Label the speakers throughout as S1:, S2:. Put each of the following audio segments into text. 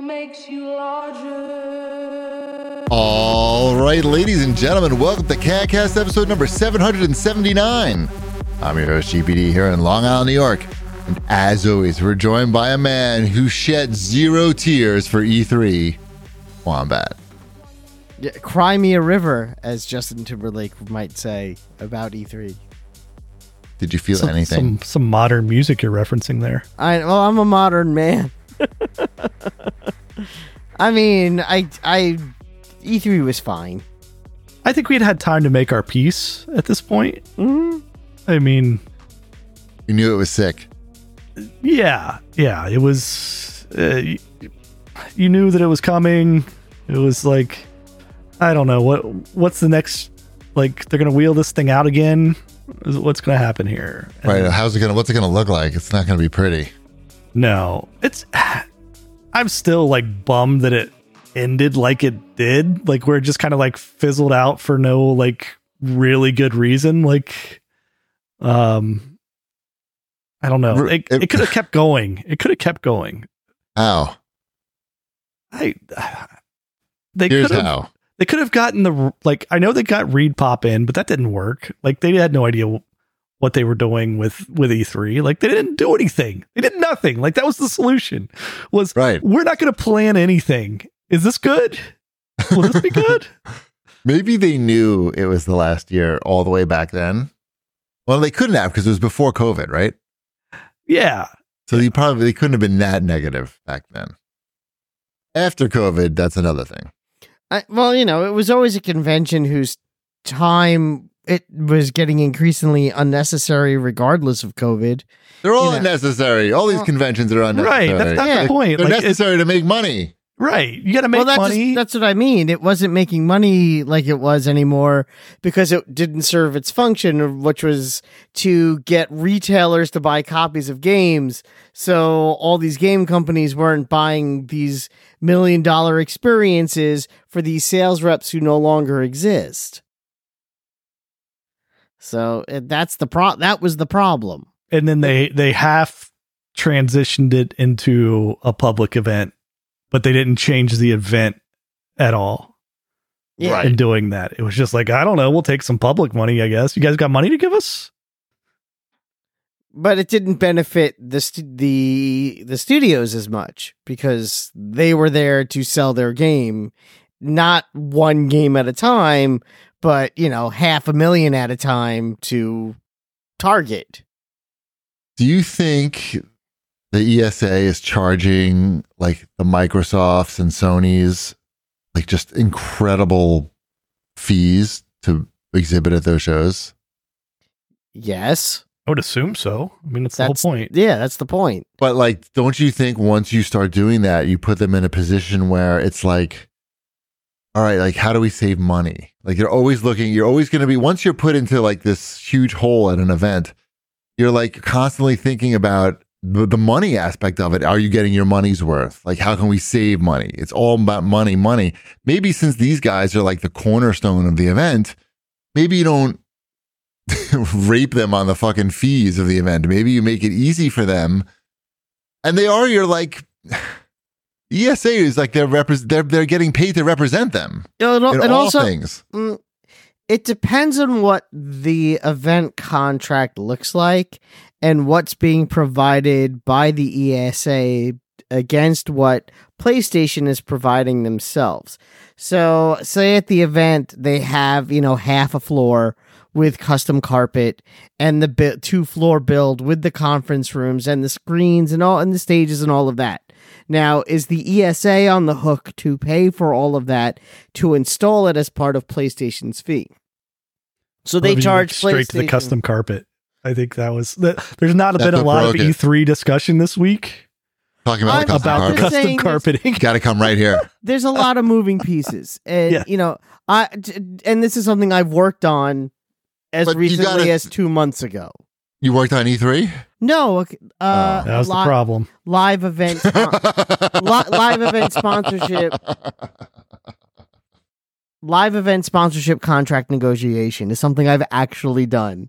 S1: makes you larger.
S2: All right, ladies and gentlemen, welcome to CatCast episode number 779. I'm your host, GPD, here in Long Island, New York. And as always, we're joined by a man who shed zero tears for E3, Wombat.
S3: Yeah, cry me a river, as Justin Timberlake might say about E E3.
S2: Did you feel
S4: some,
S2: anything?
S4: Some, some modern music you're referencing there.
S3: I well, I'm a modern man. I mean, I I E3 was fine.
S4: I think we'd had time to make our peace at this point.
S2: Mm-hmm.
S3: Mhm.
S4: I mean,
S2: You knew it was sick.
S4: yeah, yeah, it was. Uh, you, you knew that it was coming. It was like, I don't know what what's the next. Like they're gonna wheel this thing out again. Is- What's gonna happen here? And
S2: Right? uh, How's it gonna? What's it gonna look like? It's not gonna be pretty.
S4: No, it's. I'm still like bummed that it ended like it did. Like where it just kind of like fizzled out for no like really good reason. Like, um, I don't know.
S2: R-
S4: It,
S2: it-
S4: it could have kept going. It could have kept going.
S2: How?
S4: I. They
S2: Here's
S4: could have.
S2: how.
S4: They could have gotten the like. I know they got Reed Pop in, but that didn't work. Like they had no idea what they were doing with with E3. Like they didn't do anything. They did nothing. Like that was the solution. Was
S2: Right.
S4: we're not going to plan anything. Is this good? Will this be good?
S2: Maybe they knew it was the last year all the way back then. Well, they couldn't have because it was before COVID, right?
S4: yeah.
S2: So you probably they couldn't have been that negative back then. After COVID, that's another thing.
S3: I, well, you know, it was always a convention whose time it was getting increasingly unnecessary, regardless of COVID.
S2: They're all
S3: You know.
S2: unnecessary. All these
S3: Well-
S2: conventions are unnecessary.
S4: Right. That's not
S3: Yeah.
S4: the point.
S2: They're
S4: Like, it's-
S2: necessary to make money.
S4: right. You got to make
S3: well, that's
S4: money.
S3: Just, that's what I mean. It wasn't making money like it was anymore because it didn't serve its function, which was to get retailers to buy copies of games. So all these game companies weren't buying these million dollar experiences for these sales reps who no longer exist. So uh, that's the pro. That was the problem.
S4: and then they they half transitioned it into a public event, but they didn't change the event at all
S3: Yeah.
S2: Right.
S4: in doing that. It was just like, I don't know, we'll take some public money, I guess. You guys got money to give us?
S3: but it didn't benefit the stu- the the studios as much because they were there to sell their game, not one game at a time, but you know half a million at a time to Target.
S2: Do you think the ESA is charging like the Microsofts and Sony's like just incredible fees to exhibit at those shows?
S3: Yes,
S4: I would assume so. I mean, it's the
S3: That's-
S4: whole point.
S3: yeah, that's the point.
S2: But like, don't you think once you start doing that, you put them in a position where it's like, all right, like how do we save money? Like you're always looking, you're always going to be once you're put into like this huge hole at an event, you're like constantly thinking about the, the money aspect of it. Are you getting your money's worth? Like how can we save money? It's all about money, money. Maybe since these guys are like the cornerstone of the event, maybe you don't rape them on the fucking fees of the event. Maybe you make it easy for them and they are your like ESA is like they're repres they're they're getting paid to represent them
S3: It, al-
S2: in
S3: it
S2: all
S3: also
S2: things.
S3: Mm, it depends on what the event contract looks like and what's being provided by the ESA against what PlayStation is providing themselves. So, say at the event they have, you know, half a floor with custom carpet and the bi- two floor build with the conference rooms and the screens and all and the stages and all of that. Now, is the ESA on the hook to pay for all of that to install it as part of PlayStation's fee? So
S4: Or
S3: they
S4: if you
S3: charge
S4: went straight to the
S3: PlayStation-
S4: custom carpet. I think that was that, there's not
S2: That's
S4: been a
S2: what
S4: lot of
S2: broke it.
S4: E3 discussion this week
S2: Talking about
S3: I'm
S2: the custom
S4: about
S3: I'm
S2: carpet,
S3: just
S4: custom
S3: saying it's-
S4: carpeting.
S2: got to come right here.
S3: there's a lot of moving pieces and
S4: Yeah.
S3: you know i t- and this is something i've worked on as
S2: But you
S3: recently
S2: gotta-
S3: as two months ago
S2: You worked on E three.
S3: no okay, uh,
S4: Oh, That was the
S3: li-
S4: problem.
S3: live event spon- Uh, li- live event sponsorship live event sponsorship contract negotiation is something i've actually done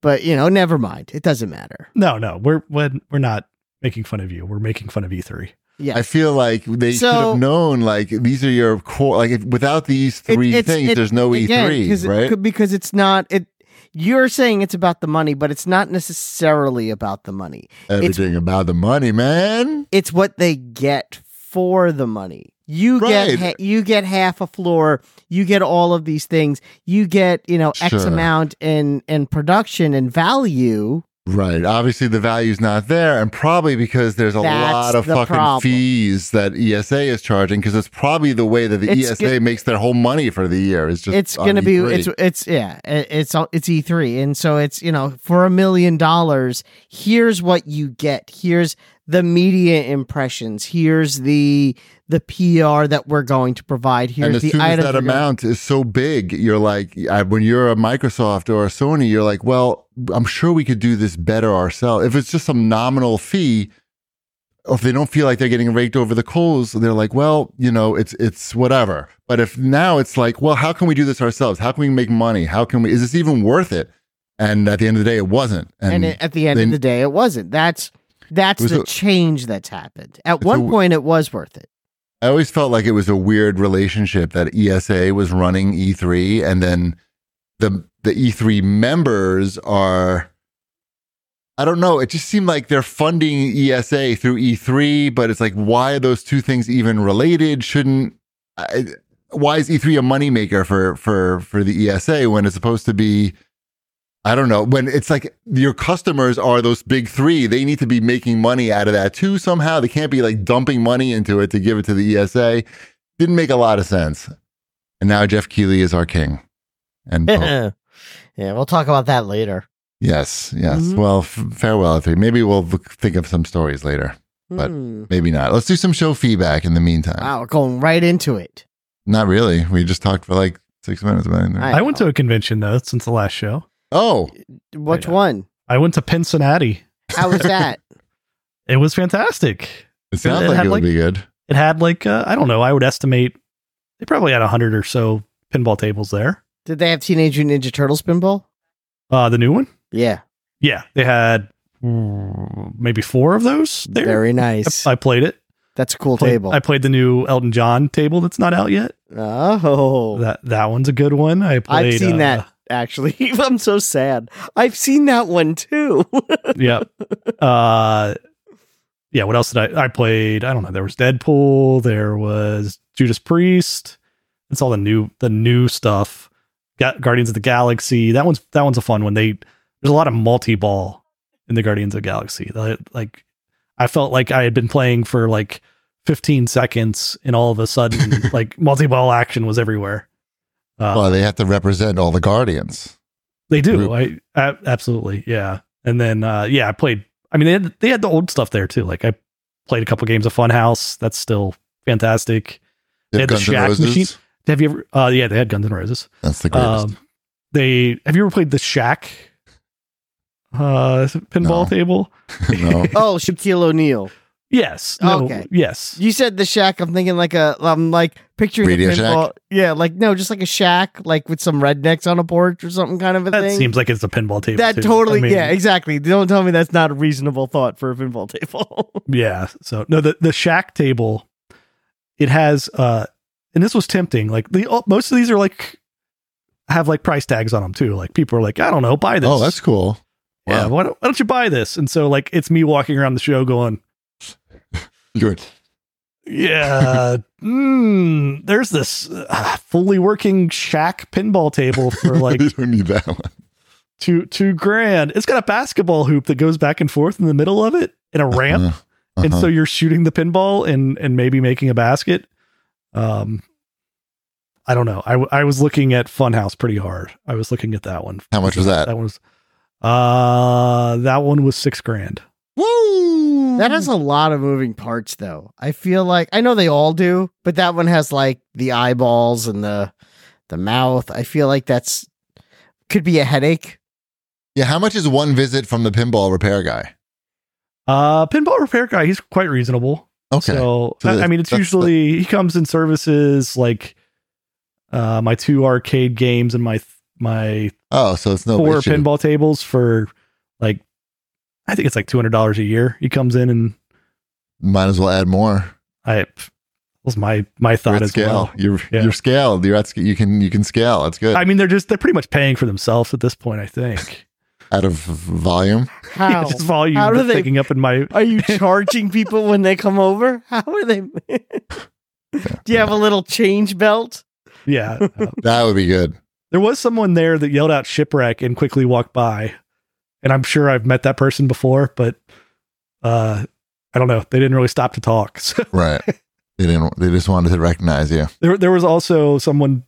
S3: but you know never mind it doesn't matter
S4: No, no, we're we're we're not making fun of E you. We're making fun of E3.
S3: Yeah.
S2: I feel like they
S3: So-
S2: should have known like these are your core like if, without these
S3: It-
S2: three
S3: it's-
S2: things
S3: it-
S2: there's no
S3: again,
S2: E3,
S3: 'cause it
S2: Oh, right?
S3: could- because it's not it. You're saying it's about the money, but it's not necessarily about the money.
S2: Everything about the money, man.
S3: It's what they get for the money. You
S2: Right.
S3: get ha- you get half a floor. You get all of these things. You get you know X
S2: Sure.
S3: amount in in production and value.
S2: Right. Obviously the value's not there and probably because there's a
S3: That's
S2: lot of
S3: the
S2: fucking
S3: problem.
S2: fees that ESA is charging because it's probably the way that the
S3: It's
S2: ESA makes their whole money for the year. It's just
S3: it's
S2: on E
S3: gonna be
S2: E3.
S3: it's it's yeah it- it's all- it's E3 and so it's you know for a million dollars here's what you get here's the media impressions here's the the PR that we're going to provide here's
S2: and as
S3: the
S2: soon as
S3: items
S2: that
S3: we're gonna-
S2: amount is so big, you're like, I, when you're a Microsoft or a Sony, you're like, well, I'm sure we could do this better ourselves. If it's just some nominal fee, or if they don't feel like they're getting raked over the coals, they're like, well, you know, it's it's whatever. But if now it's like, well, how can we do this ourselves? How can we make money? How can we? Is this even worth it? And at the end of the day, it wasn't. And,
S3: and it, at the end
S2: then-
S3: of the day it wasn't that's that's
S2: It was
S3: the
S2: a-
S3: change that's happened at
S2: It's
S3: one
S2: a-
S3: point it was worth it
S2: I always felt like it was a weird relationship that ESA was running E3 and then the the E3 members are I don't know, it just seemed like they're funding ESA through E3, but it's like why are those two things even related? Shouldn't I, why is E3 a moneymaker for for for the ESA when it's supposed to be I don't know, when it's like your customers are those big 3, they need to be making money out of that too somehow. They can't be like dumping money into it to give it to the ESA. Didn't make a lot of sense. And now Jeff Keighley is our king. And Pope.
S3: yeah we'll talk about that later
S2: yes, yes.
S4: Mm-hmm.
S3: Mhm.
S2: Well, f- farewell E3. Maybe we'll look, think of some stories later. But-
S3: Hmm.
S2: Maybe not. Let's do some show feedback in the meantime.
S3: wow we're going right into it
S2: Not really. We just talked for like 6 minutes about it.
S3: I
S4: I went to a convention though since the last show.
S2: Oh,
S3: which
S4: Yeah.
S3: one
S4: I went to Cincinnati.
S3: how was that
S4: It was fantastic.
S2: it sounds
S4: It
S2: like
S4: had
S2: it would
S4: like-
S2: be good.
S4: It had like uh, I don't know. I would estimate they probably had a hundred or so pinball tables there.
S3: did they have teenage Mutant ninja turtle spinball
S4: Uh, the new one,
S3: yeah
S4: yeah, they had mm, maybe four of those there.
S3: very nice
S4: I, I played it.
S3: That's a cool
S4: Played-
S3: table.
S4: I played the new Elton John table that's not out yet.
S3: oh,
S4: That that one's a good one. I played.
S3: I've seen
S4: uh,
S3: that actually. I'm so sad. I've seen that one too.
S4: yeah. Uh yeah, what else did I I played? I don't know. There was Deadpool, there was Judas Priest. It's all the new the new stuff. Got Guardians of the Galaxy. That one's that one's a fun one. They there's a lot of multi-ball in the Guardians of the Galaxy. Like- Like I felt like I had been playing for like 15 seconds and all of a sudden like multi-ball action was everywhere. Uh,
S2: Well, they have to represent all the guardians.
S4: they
S2: group.
S4: do. I, a- absolutely. Yeah. And then uh yeah, I played I mean they had they had the old stuff there too. Like I played a couple games of Funhouse. That's still fantastic. They had the
S2: Guns N'
S4: Shaq
S2: Roses.
S4: machine. Have you ever uh yeah, they had Guns N' Roses.
S2: Oh, That's the greatest.
S4: Um they have you ever played the Shack uh
S2: No.
S4: pinball table?
S2: no.
S3: oh, Shaquille O'Neal.
S4: Yes.
S3: Okay.
S4: Yes.
S3: You said the shack. I'm thinking like a. I'm like picturing
S2: Radio
S3: a pinball. Yeah, like no, just like a shack, like with some rednecks on a porch or something kind of a
S4: That
S3: thing.
S4: seems like it's a pinball table.
S3: that
S4: too.
S3: totally.
S4: I mean,
S3: yeah, exactly. Don't tell me that's not a reasonable thought for a pinball table.
S4: Yeah. So no, the the shack table, it has uh, and this was tempting. Like the oh, most of these are like have like price tags on them too. Like people are like, I don't know, buy this.
S2: Oh, that's cool.
S4: yeah.
S2: wow.
S4: Why don't, why don't you buy this? And so like it's me walking around the show going,
S2: Good.
S4: yeah, mm, there's this uh, fully working shack pinball table for like
S2: you don't need that one.
S4: two two grand. It's got a basketball hoop that goes back and forth in the middle of it and a ramp.
S2: Uh-huh.
S4: and so you're shooting the pinball and and maybe making a basket um i don't know i, w- I was looking at funhouse pretty hard i was looking at that one
S2: How much was that?
S4: that one was uh that one was six grand
S2: Woo!
S3: That has a lot of moving parts, though. I feel like I know they all do, but that one has like the eyeballs and the the mouth. I feel like that's could be a headache.
S2: yeah. How much is one visit from the pinball repair guy?
S4: uh pinball repair guy he's quite reasonable
S2: Okay.
S4: so,
S2: So
S4: I- I
S2: that-
S4: mean it's
S2: that's the-
S4: usually he comes and services like uh my two arcade games and my th- my
S2: oh, so it's no
S4: four
S2: issue.
S4: pinball tables for like I think it's like two hundred dollars a year. He comes in and
S2: Might as well add more.
S4: I was my my
S2: You're
S4: thought
S2: at
S4: as
S2: scale.
S4: well.
S2: You're
S4: Yeah.
S2: you're scaled. You're at sc- you can you can scale. That's good.
S4: I mean, they're just they're pretty much paying for themselves at this point. I think
S2: Out of volume.
S3: How?
S4: it's volume
S3: How do
S4: that's
S3: they-
S4: picking up in my.
S3: Are you charging people when they come over? How are they? Do you have a little change belt?
S4: Yeah, uh,
S2: That would be good.
S4: there was someone there that yelled out shipwreck and quickly walked by, and I'm sure I've met that person before, but uh, I don't know. They didn't really stop to talk. So
S2: Right. they didn't. They just wanted to recognize you.
S4: there there was also someone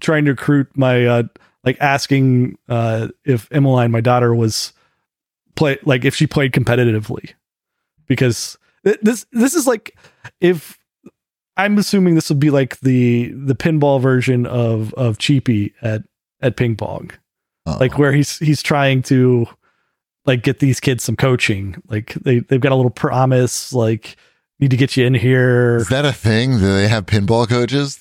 S4: trying to recruit my uh like asking uh if Emmeline my daughter was play like if she played competitively because th- this this is like if I'm assuming this would be like the the pinball version of of cheapy at at ping pong
S2: Uh-oh.
S4: like where he's he's trying to like get these kids some coaching like they they've got a little promise like need to get you in here
S2: is that a thing? Do they have pinball coaches?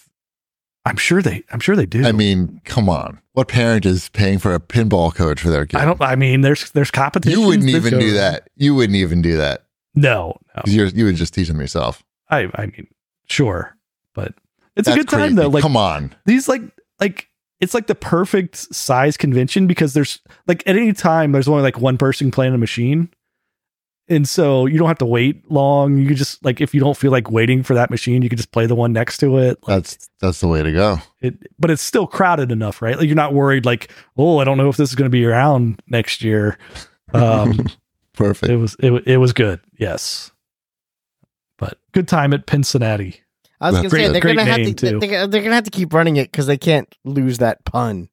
S4: I'm sure they I'm sure they do
S2: I mean, come on. What parent is paying for a pinball coach for their kid?
S4: I don't. I mean, there's there's competition.
S2: You wouldn't even do that. You wouldn't even do that.
S4: No, no.
S2: 'Cause You're, you would just teach them yourself.
S4: I I mean, sure, but it's
S2: That's
S4: a good time
S2: crazy.
S4: though. Like
S2: come on.
S4: these, like like it's like the perfect size convention because there's like at any time there's only like one person playing a machine, and so you don't have to wait long. You could just like if you don't feel like waiting for that machine, you could just play the one next to it. Like,
S2: That's that's the way to go.
S4: it, but it's still crowded enough, right? Like you're not worried. Like oh, I don't know if this is going to be around next year. Um,
S2: Perfect.
S4: it was it, wa- it was good yes but good time at cincinnati
S3: I was
S2: Yeah.
S3: gonna
S2: Great-
S3: say they're
S4: great
S3: gonna have
S4: name,
S3: to
S4: too.
S3: they, are gonna have to keep running it because they can't lose that pun.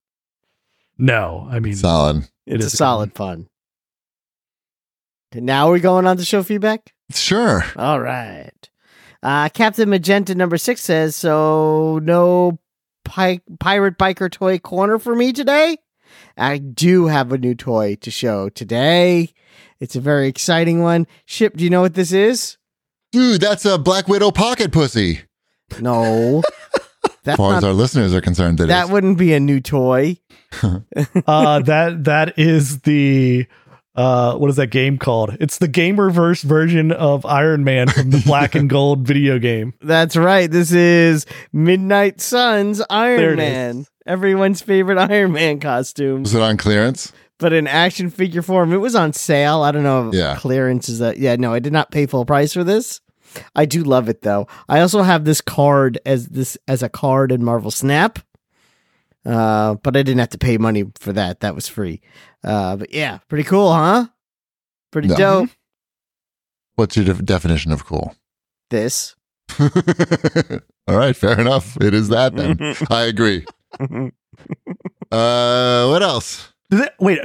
S4: no i mean
S2: Solid.
S4: it
S3: It's
S4: is
S3: a solid pun. Okay, now we're going on to show feedback.
S2: Sure.
S3: All right, uh, Captain Magenta number six says so. No pi- pirate biker toy corner for me today. I do have a new toy to show today. It's a very exciting one. Ship, do you know what this is?
S2: Dude, that's a Black Widow pocket pussy.
S3: No. That's
S2: As far
S3: not
S2: as our listeners are concerned, that,
S3: that
S2: is.
S3: wouldn't be a new toy.
S4: uh that that is the uh what is that game called it's the game reverse version of iron man from the black and gold video game
S3: That's right. This is Midnight Suns Iron
S4: There it
S3: Man. Everyone's favorite Iron Man costume,
S2: was it on clearance?
S3: but in action figure form. It was on sale. I don't know. if
S2: Yeah.
S3: Clearance is that. Yeah, no, I did not pay full price for this. I do love it though. I also have this card as this as a card in Marvel Snap. Uh, but I didn't have to pay money for that. That was free. Uh, but yeah, pretty cool, huh? Pretty
S2: No.
S3: dope.
S2: What's your def- definition of cool?
S3: This.
S2: All right, fair enough. It is that then. I agree. Uh, what else?
S4: Is it- wait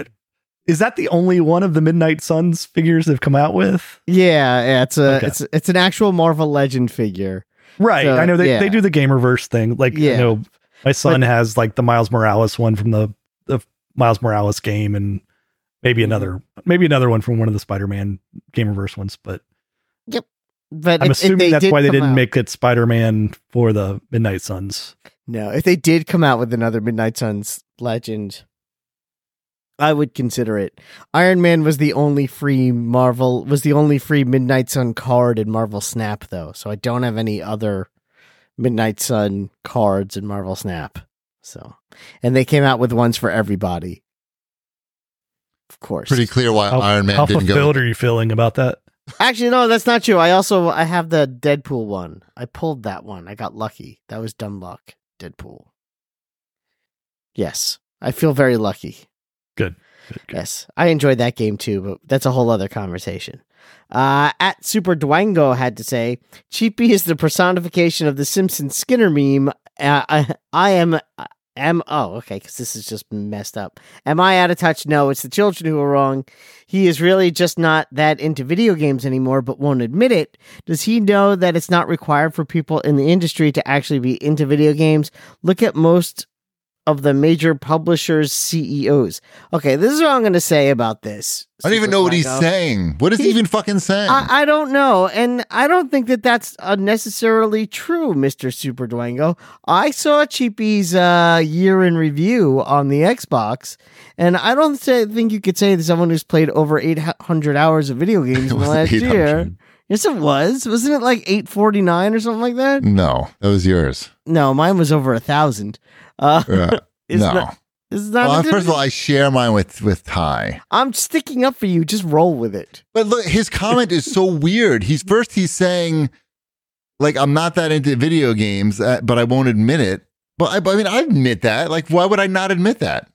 S4: is that the only one of the midnight suns figures they've come out with
S3: Yeah, yeah, it's a
S4: Okay.
S3: it's it's an actual Marvel Legend figure.
S4: right
S3: So,
S4: i know they,
S3: yeah.
S4: they do the game reverse thing like
S3: Yeah.
S4: you know my son has like the miles morales one from the the miles morales game and maybe
S3: Mm-hmm.
S4: another maybe another one from one of the spider-man game reverse ones but
S3: But
S4: i'm
S3: if, if
S4: assuming that's
S3: did
S4: why they
S3: come
S4: didn't
S3: out-
S4: make it spider-man for the midnight suns
S3: No, if they did come out with another Midnight Suns Legend, I would consider it. Iron Man was the only free Marvel was the only free Midnight Sun card in Marvel Snap though, so I don't have any other Midnight Sun cards in Marvel Snap. So, and they came out with ones for everybody. Of course.
S2: Pretty clear why
S4: how,
S2: Iron Man
S4: how
S2: didn't go.
S4: fulfilled are you feeling about that
S3: Actually, no, that's not true. I also I have the Deadpool one. I pulled that one. I got lucky. That was dumb luck. Deadpool. Yes, I feel very lucky. Yes, I enjoyed that game too, but that's a whole other conversation. Uh, at Super Dwango had to say, Cheapy is the personification of the Simpson Skinner meme. Uh, I, I am. Am oh okay because this is just messed up. Am I out of touch? No, it's the children who are wrong. He is really just not that into video games anymore, but won't admit it. Does he know that it's not required for people in the industry to actually be into video games? Look at most of the major publishers' CEOs. Okay, this is what I'm going to say about this.
S2: I don't even know what he's
S3: Supermango.
S2: saying. What is he
S3: He-
S2: even fucking saying?
S3: I, I don't know, and I don't think that that's unnecessarily true, Mister Super Duango. I saw Cheapy's uh, year in review on the Xbox, and I don't say, think you could say that someone who's played over eight hundred hours of video games
S2: It
S3: in the
S2: wasn't
S3: last year.
S2: 800.
S3: Yes, it was. Wasn't it like eight forty nine or something like that?
S2: No, that was yours.
S3: No, mine was over a thousand. Uh,
S2: Uh,
S3: it's
S2: no.
S3: not. It's not.
S2: Well,
S3: a
S2: first of all,
S3: difference.
S2: I share mine with with Ty.
S3: I'm sticking up for you. Just roll with it.
S2: But look, his comment is so weird. He's first he's saying, like, I'm not that into video games, uh, but I won't admit it. But I, but I mean, I admit that. Like, why would I not admit that?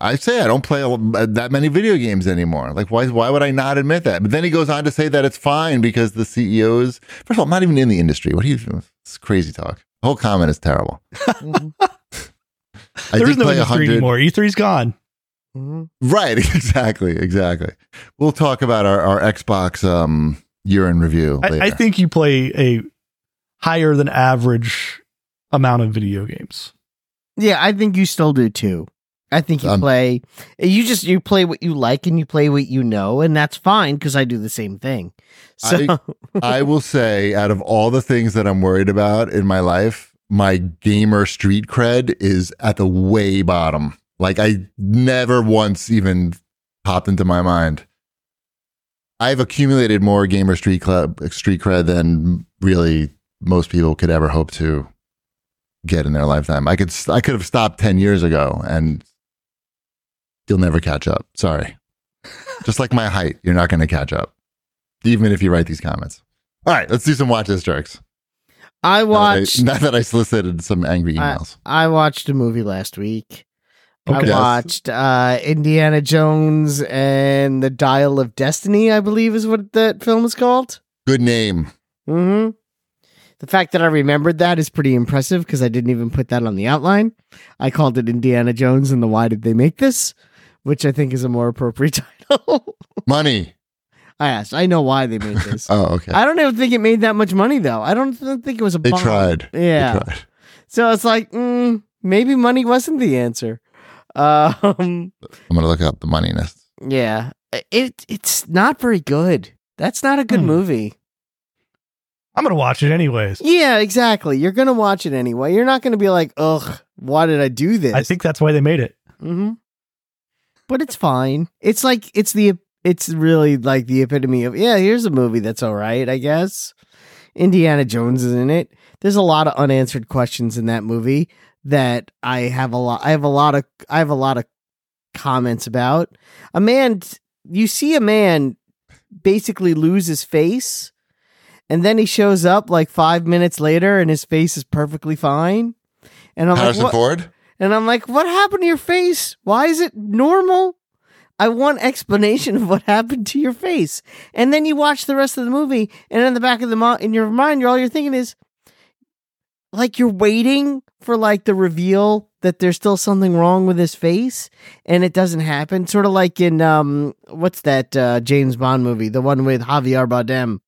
S2: I say I don't play a, uh, that many video games anymore. Like, why why would I not admit that? But then he goes on to say that it's fine because the CEOs. First of all, I'm not even in the industry. What do you? It's crazy talk. The whole comment is terrible.
S3: Mhm.
S2: I
S4: There
S2: did
S4: is no
S2: play
S4: E3 anymore. E3's gone.
S3: Mhm.
S2: Right, exactly, exactly. We'll talk about our, our Xbox um year in review later.
S4: I, I think you play a higher than average amount of video games.
S3: Yeah, I think you still do too. I think you
S2: Um,
S3: play. You just you play what you like and you play what you know, and that's fine because I do the same thing. So
S2: I- I will say, out of all the things that I'm worried about in my life, my gamer street cred is at the way bottom. Like I never once even popped into my mind. I've accumulated more gamer street club street cred than really most people could ever hope to get in their lifetime. I could s- I could have stopped ten years ago, and you'll never catch up. Sorry, just like my height, you're not going to catch up, even if you write these comments. All right, let's do some watch this jerks.
S3: I watched.
S2: Now that I, now that I solicited some angry emails.
S3: I watched a movie last week.
S4: Okay.
S2: Yes.
S3: I watched uh, Indiana Jones and the Dial of Destiny, I believe is what that film is called.
S2: Good name.
S3: hmm The fact that I remembered that is pretty impressive because I didn't even put that on the outline. I called it Indiana Jones and the Why Did They Make This, which I think is a more appropriate title.
S2: Money.
S3: I asked. I know why they made this.
S2: Oh, okay.
S3: I don't even think it made that much money though. I don't th- think it was a.
S2: they
S3: bomb.
S2: tried. They
S3: Yeah.
S2: tried.
S3: So it's like mm, maybe money wasn't the answer. Um.
S2: I'm gonna look up the moneyness.
S3: Yeah, it it's not very good. That's not a good
S4: Hmm.
S3: movie.
S4: I'm gonna watch it anyways.
S3: Yeah, exactly. You're gonna watch it anyway. You're not gonna be like, ugh, why did I do this?
S4: I think that's why they made it.
S3: hmm But it's fine. It's like it's the it's really like the epitome of yeah. Here's a movie that's all right, I guess. Indiana Jones is in it. There's a lot of unanswered questions in that movie that I have a lot. I have a lot of I have a lot of comments about. A man, you see a man basically lose his face, and then he shows up like five minutes later, and his face is perfectly fine. And I'm
S2: Harrison
S3: like, what?
S2: Ford?
S3: And I'm like, what happened to your face? Why is it normal? I want explanation of what happened to your face. And then you watch the rest of the movie, and in the back of the mo- in your mind, you're all you're thinking is, like you're waiting for like the reveal that there's still something wrong with his face, and it doesn't happen. Sort of like in um, what's that uh, James Bond movie, the one with Javier Bardem,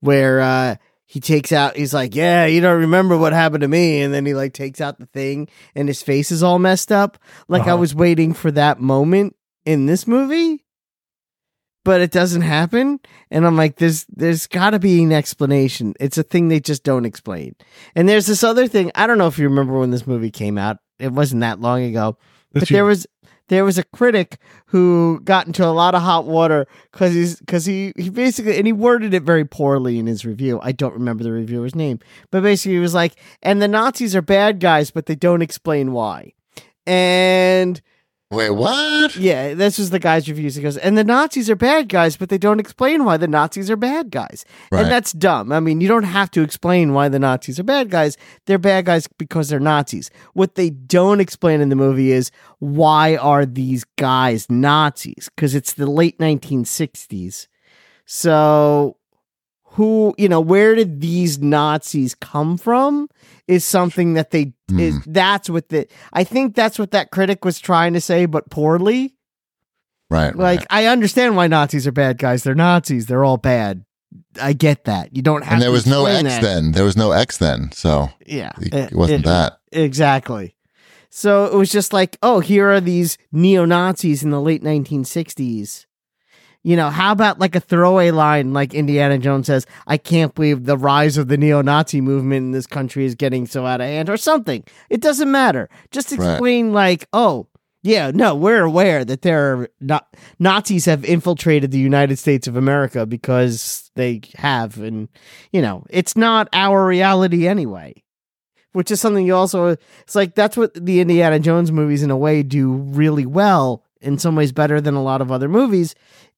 S3: where uh, he takes out, he's like, yeah, you don't remember what happened to me, and then he like takes out the thing, and his face is all messed up. Like I
S4: Uh-huh.
S3: was waiting for that moment in this movie, but it doesn't happen. And I'm like, there's there's got to be an explanation. It's a thing they just don't explain. And there's this other thing. I don't know if you remember when this movie came out. It wasn't that long ago, but
S4: This year.
S3: there was there was a critic who got into a lot of hot water because he's because he he basically and he worded it very poorly in his review. I don't remember the reviewer's name, but basically he was like, "And the Nazis are bad guys, but they don't explain why." And
S2: Wait, what?
S3: yeah, this was the guy's reviews. He goes, and the Nazis are bad guys, but they don't explain why the Nazis are bad guys.
S2: Right.
S3: And that's dumb. I mean, you don't have to explain why the Nazis are bad guys. They're bad guys because they're Nazis. What they don't explain in the movie is why are these guys Nazis? Because it's the late 1960s. So who, you know, where did these Nazis come from is something that they is that's what the I think that's what that critic was trying to say, but poorly.
S2: right.
S3: Like
S2: right.
S3: I understand why Nazis are bad guys. They're Nazis. They're all bad. I get that. You don't have.
S2: And there
S3: to
S2: was no X
S3: explain that.
S2: then. There was no X then. So
S3: Yeah,
S2: it, it wasn't
S3: Uh, uh,
S2: that.
S3: exactly. So it was just like, oh, here are these neo Nazis in the late 1960s. You know, how about like a throwaway line like Indiana Jones says, I can't believe the rise of the neo Nazi movement in this country is getting so out of hand or something. It doesn't matter. Just
S2: Right.
S3: explain, like, oh, Yeah, no, we're aware that there are not Nazis have infiltrated the United States of America because they have, and you know, it's not our reality anyway. Which is something you also it's like that's what the Indiana Jones movies in a way do really well, in some ways better than a lot of other movies,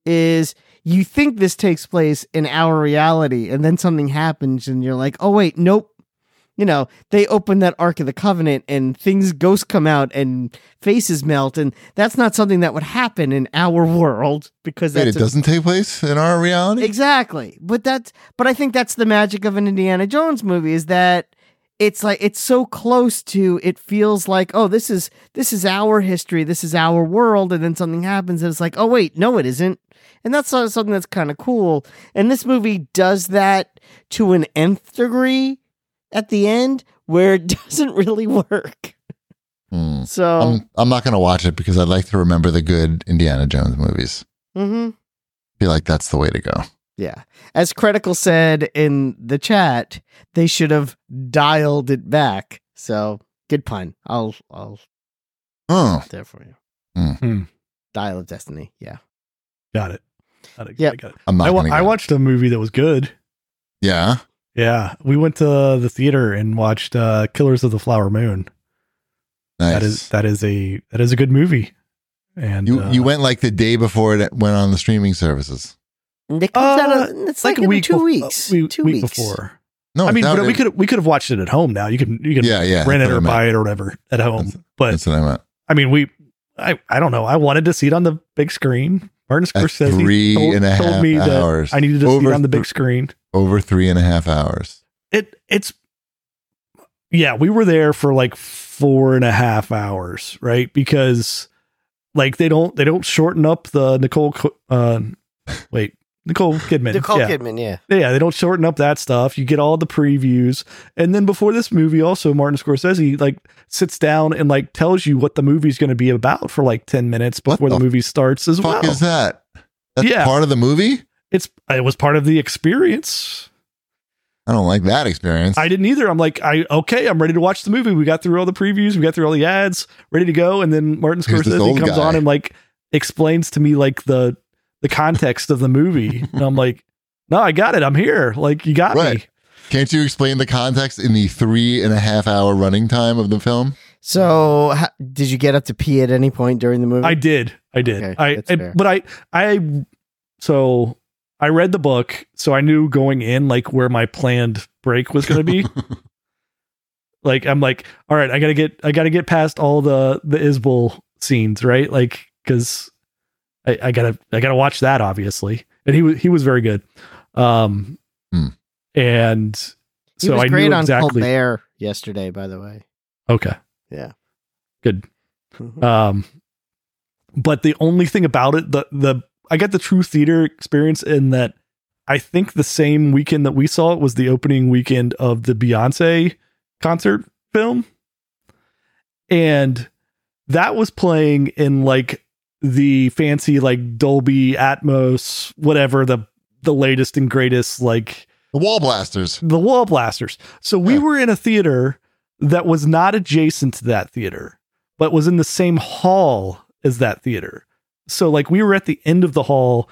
S3: is you think this takes place in our reality, and then something happens and you're like, Oh wait, nope, you know, they open that Ark of the Covenant and things, ghosts come out and faces melt. And that's not something that would happen in our world because
S2: Wait,
S3: that's
S2: it doesn't take place in our reality.
S3: exactly. But that's, but I think that's the magic of an Indiana Jones movie is that it's like, it's so close to, it feels like, oh, this is, this is our history. This is our world. And then something happens and it's like, oh, wait, no, it isn't. And that's sort of something that's kind of cool. And this movie does that to an nth degree at the end where it doesn't really work.
S2: Hmm.
S3: So,
S2: I'm I'm not gonna watch it because I'd like to remember the good Indiana Jones movies.
S3: hmm
S2: I feel like that's the way to go.
S3: yeah. As Critical said in the chat, they should have dialed it back. So, good pun. I'll, I'll,
S2: Oh,
S3: there for you.
S2: Hmm.
S4: Hmm.
S3: Dial of Destiny. Yeah.
S4: Got it. Got it.
S3: Yep.
S4: Got it.
S2: I'm not.
S4: I, wa-
S2: gonna go.
S4: I watched a movie that was good.
S2: Yeah.
S4: Yeah, we went to the theater and watched uh, Killers of the Flower Moon.
S2: Nice.
S4: That is that is a that is a good movie. And
S2: you
S4: uh,
S2: you went like the day before it went on the streaming services.
S3: And it comes out
S4: Uh,
S3: of, it's like, in two
S4: bef-
S3: weeks.
S4: uh, we-
S3: two
S4: week
S3: weeks.
S4: before.
S2: No,
S4: I mean,
S2: it's out
S4: but we
S2: in-
S4: could we could have watched it at home. Now you can you can
S2: Yeah, yeah.
S4: rent it
S2: that's what I
S4: or
S2: meant.
S4: buy it or whatever at home. but
S2: That's what I meant.
S4: I mean, we I I don't know. I wanted to see it on the big screen. Martin
S2: At
S4: Scorsese
S2: three
S4: told,
S2: and a
S4: told
S2: half
S4: me that
S2: hours.
S4: I needed to see
S2: Over
S4: it on the big
S2: th-
S4: screen.
S2: over three and a half hours.
S4: it it's yeah we were there for like four and a half hours right because like they don't they don't shorten up the nicole Co- uh wait nicole kidman
S3: Nicole
S4: yeah.
S3: Kidman, yeah.
S4: yeah they don't shorten up that stuff you get all the previews and then before this movie also martin scorsese like sits down and like tells you what the movie's going to be about for like 10 minutes
S2: What
S4: before the,
S2: the
S4: movie starts as
S2: fuck
S4: well
S2: is that? That's
S4: Yeah.
S2: part of the movie.
S4: it's it was part of the experience
S2: I don't like that experience.
S4: I didn't either. I'm like, I okay, I'm ready to watch the movie. We got through all the previews, we got through all the ads, ready to go. And then Martin
S2: Who's this
S4: Scorsese
S2: old
S4: comes
S2: guy?
S4: on and like explains to me like the the context of the movie. And I'm like, no, I got it. I'm here. Like you got me.
S2: Right. Can't you explain the context in the three and a half hour running time of the film?
S3: So, ha- did you get up to pee at any point during the movie?
S4: I did. I did.
S3: Okay,
S4: I
S3: that's
S4: I-
S3: fair.
S4: but I I so I read the book, so I knew going in like where my planned break was going to be. like I'm like, all right, I gotta get I gotta get past all the the Isbel scenes, right? Like because I, I gotta I gotta watch that obviously, and he was he was very good. Um,
S2: Hmm.
S4: and
S3: He
S4: so
S3: was
S4: I
S3: great
S4: knew
S3: on
S4: exactly.
S3: Colbert yesterday, by the way.
S4: Okay.
S3: Yeah.
S4: Good.
S3: Mm-hmm.
S4: Um, but the only thing about it, the the I got the true theater experience in that I think the same weekend that we saw it was the opening weekend of the Beyonce concert film, and that was playing in like the fancy like Dolby Atmos, whatever the the latest and greatest like
S2: The wall blasters.
S4: the wall blasters. So we
S2: Yeah.
S4: were in a theater that was not adjacent to that theater, but was in the same hall as that theater. So like we were at the end of the hall.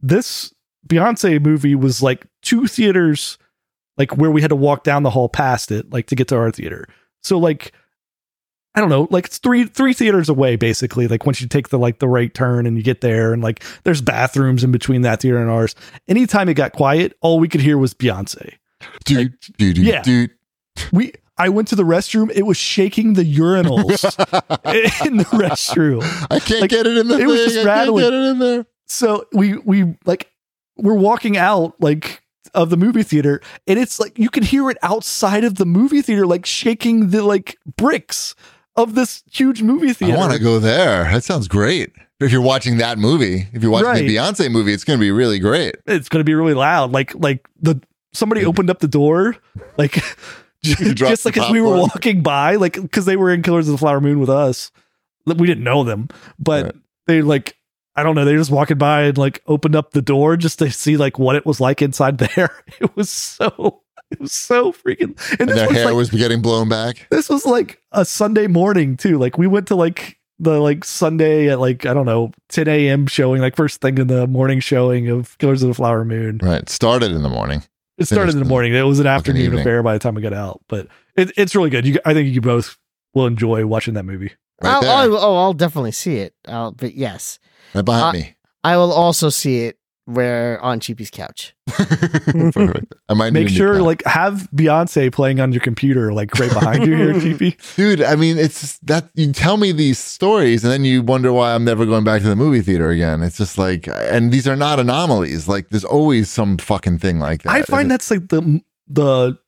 S4: This Beyonce movie was like two theaters like where we had to walk down the hall past it like to get to our theater. So like I don't know, like it's three three theaters away basically. Like once you take the like the right turn and you get there and like there's bathrooms in between that theater and ours. Anytime it got quiet, all we could hear was Beyonce.
S2: Dude, dude, dude,
S4: Yeah.
S2: dude.
S4: We I went to the restroom, it was shaking the urinals in the restroom.
S2: I can't
S4: Like,
S2: get it in the
S4: it
S2: thing.
S4: was just
S2: I
S4: rattling.
S2: can't get it in there.
S4: so we we like we're walking out like of the movie theater and it's like you can hear it outside of the movie theater like shaking the like bricks of this huge movie theater
S2: I want to go there. That sounds great. If you're watching that movie, if you're watching
S4: Right.
S2: the Beyonce movie, it's going to be really great.
S4: it's gonna be really loud like like the somebody opened up the door like
S2: You
S4: just,
S2: dropped
S4: just like
S2: the
S4: as we were
S2: popcorn.
S4: walking by like because they were in killers of the flower moon with us Like, we didn't know them but
S2: Right.
S4: they like i don't know they were just walking by and like opened up the door just to see like what it was like inside there it was so it was so freaking and
S2: And
S4: this
S2: their
S4: was
S2: hair
S4: like
S2: was getting blown back.
S4: this was like a sunday morning too like we went to like the like Sunday at like I don't know 10 a.m. showing, like first thing in the morning showing of Killers of the Flower Moon.
S2: Right. Started in the morning.
S4: It started in the
S2: Finished
S4: morning. It was an afternoon
S2: evening.
S4: affair by the time we got out, but it, it's really good. You, I think you both will enjoy watching that movie.
S2: Right
S3: I'll,
S2: there.
S3: I'll, oh, I'll definitely see it. I'll, but yes,
S2: right behind
S3: I-
S2: me.
S3: I will also see it where on Cheapy's couch.
S2: Perfect. I might
S4: Make
S2: need a new
S4: sure
S2: cat.
S4: like have Beyonce playing on your computer, like right behind you here, TP.
S2: dude. I mean, it's just that you tell me these stories, and then you wonder why I'm never going back to the movie theater again. It's just like, and these are not anomalies. Like, there's always some fucking thing like that.
S4: I find that's like the the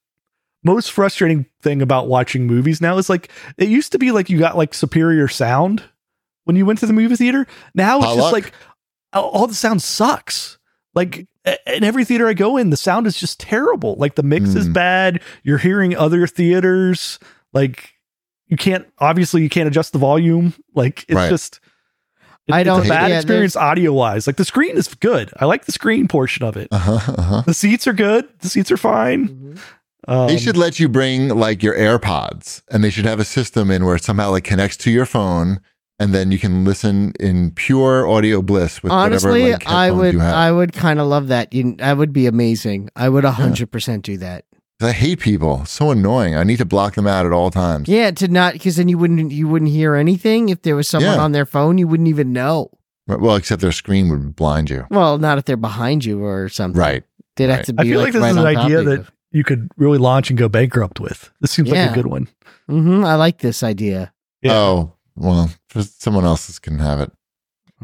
S4: most frustrating thing about watching movies now is like it used to be like you got like superior sound when you went to the movie theater. Now it's
S2: Hot
S4: just
S2: luck.
S4: like all- all the sound sucks. Like a- in every theater I go in, the sound is just terrible. Like the mix is
S2: Mm.
S4: bad. You're hearing other theaters. Like you can't obviously you can't adjust the volume. Like it's
S2: Right.
S4: just
S3: I
S4: it's
S3: don't-
S4: a bad
S3: yeah,
S4: experience audio wise. Like the screen is good. I like the screen portion of it.
S2: Uh huh. Uh-huh.
S4: The seats are good. The seats are fine.
S3: Mm-hmm.
S4: Um,
S2: they should let you bring like your AirPods, and they should have a system in where it somehow like connects to your phone, and then you can listen in pure audio bliss with
S3: Honestly,
S2: whatever like,
S3: I
S2: headphones
S3: would
S2: you have.
S3: I would kind of love that. You, I would be amazing. I would hundred percent do that.
S2: 'Cause I hate people. It's so annoying. I need to block them out at all times.
S3: Yeah, to not because then you wouldn't you wouldn't hear anything if there was someone
S2: Yeah.
S3: on their phone. You wouldn't even know.
S2: Right, Well, except their screen would blind you.
S3: Well, not if they're behind you or something.
S2: Right.
S3: They'd
S2: right.
S3: have to
S4: I
S3: be.
S4: feel like, this
S3: right
S4: is an
S3: on top
S4: idea
S3: of you.
S4: that you could really launch and go bankrupt with. This seems like
S3: Yeah.
S4: a good one.
S3: Mhm, I like this idea.
S4: Yeah.
S2: Oh, well, for someone else can have it.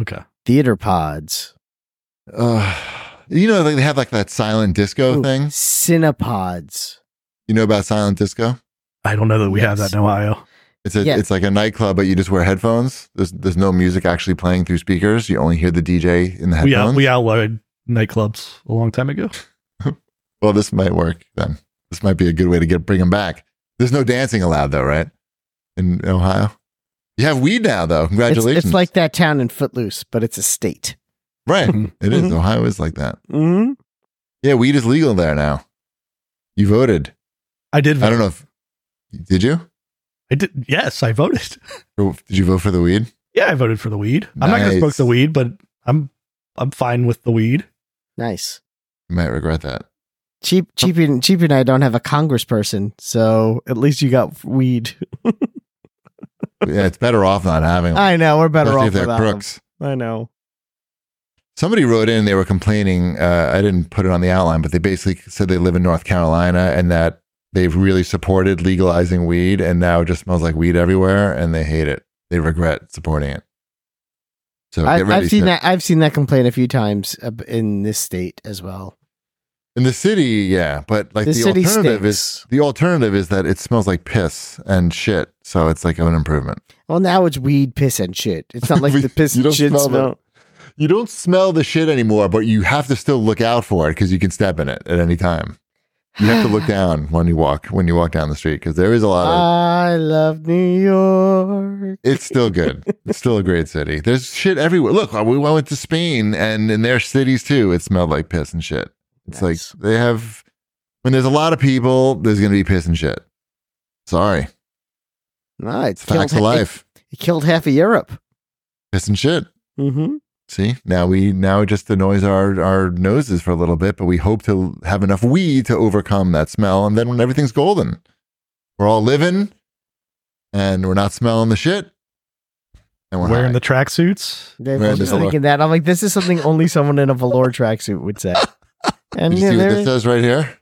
S4: Okay.
S3: Theater pods,
S2: Uh, you know, like they have like that silent disco
S3: Ooh,
S2: thing.
S3: cinepods.
S2: You know about silent disco?
S4: I don't know that we have that in Ohio.
S2: It's a,
S3: Yeah.
S2: it's like a nightclub, but you just wear headphones. There's there's no music actually playing through speakers. You only hear the DJ in the
S4: We,
S2: headphones.
S4: out, we outlawed nightclubs a long time ago.
S2: Well, this might work then. This might be a good way to get bring them back. There's no dancing allowed though, right? In Ohio, you have weed now though.
S3: It's,
S2: Congratulations!
S3: it's like that town in Footloose, but it's a state.
S2: right.
S4: Mhm.
S2: It is.
S3: Mhm.
S2: Ohio is like that.
S3: Mm-hmm.
S2: Yeah, weed is legal there now. You voted.
S4: I did. Vote.
S2: I don't know if did you.
S4: I did. Yes, I voted.
S2: Or Did you vote for the weed?
S4: Yeah, I voted for the weed. I'm not going to
S2: Nice.
S4: smoke the weed, but I'm I'm fine with the weed.
S3: Nice.
S2: You might regret that.
S3: Cheap, cheap, and cheap, and I don't have a congressperson, so at least you got weed.
S2: yeah, it's better off not having them.
S3: I know we're better
S2: especially
S3: off
S2: if they're
S3: without
S2: crooks.
S3: them. I know.
S2: Somebody wrote in, they were complaining. Uh, I didn't put it on the outline, but they basically said they live in North Carolina and that they've really supported legalizing weed and now it just smells like weed everywhere and they hate it. They regret supporting it. So
S3: I,
S2: get ready.
S3: I've seen
S2: Snip.
S3: that. I've seen that complaint a few times uh, in this state as well.
S2: In the city, yeah, but like the,
S3: The city
S2: alternative is
S3: stinks.
S2: the alternative is that it smells like piss and shit. So it's like an improvement.
S3: Well, now it's weed, piss, and shit. It's not like
S2: We-
S3: the piss
S2: you
S3: and
S2: don't
S3: shit
S2: smell
S3: smell.
S2: the- You don't smell the shit anymore, but you have to still look out for it because you can step in it at any time. You have to look down when you walk when you walk down the street because there is a lot of.
S3: I love New York.
S2: It's still good. It's still a great city. There's shit everywhere. Look, uh, we went to Spain and in their cities too, it smelled like piss and shit. It's
S3: Nice.
S2: like they have when there's a lot of people, there's gonna be piss and shit. Sorry,
S3: No, it's
S2: it's facts of
S3: killed,
S2: life.
S3: It, it killed half of Europe.
S2: Piss and shit.
S3: Mm-hmm.
S2: See, now we now it just annoys our our noses for a little bit, but we hope to have enough weed to overcome that smell, and then when everything's golden, we're all living, and we're not smelling the shit, and we're
S4: Wearing
S2: high.
S4: the tracksuits.
S3: They
S2: Right,
S3: were
S2: there's
S3: just
S2: a lot.
S3: thinking that. I'm like, this is something only someone in a velour tracksuit would say. And
S2: Did you
S3: yeah,
S2: see what
S3: there
S2: this
S3: is-
S2: says right here?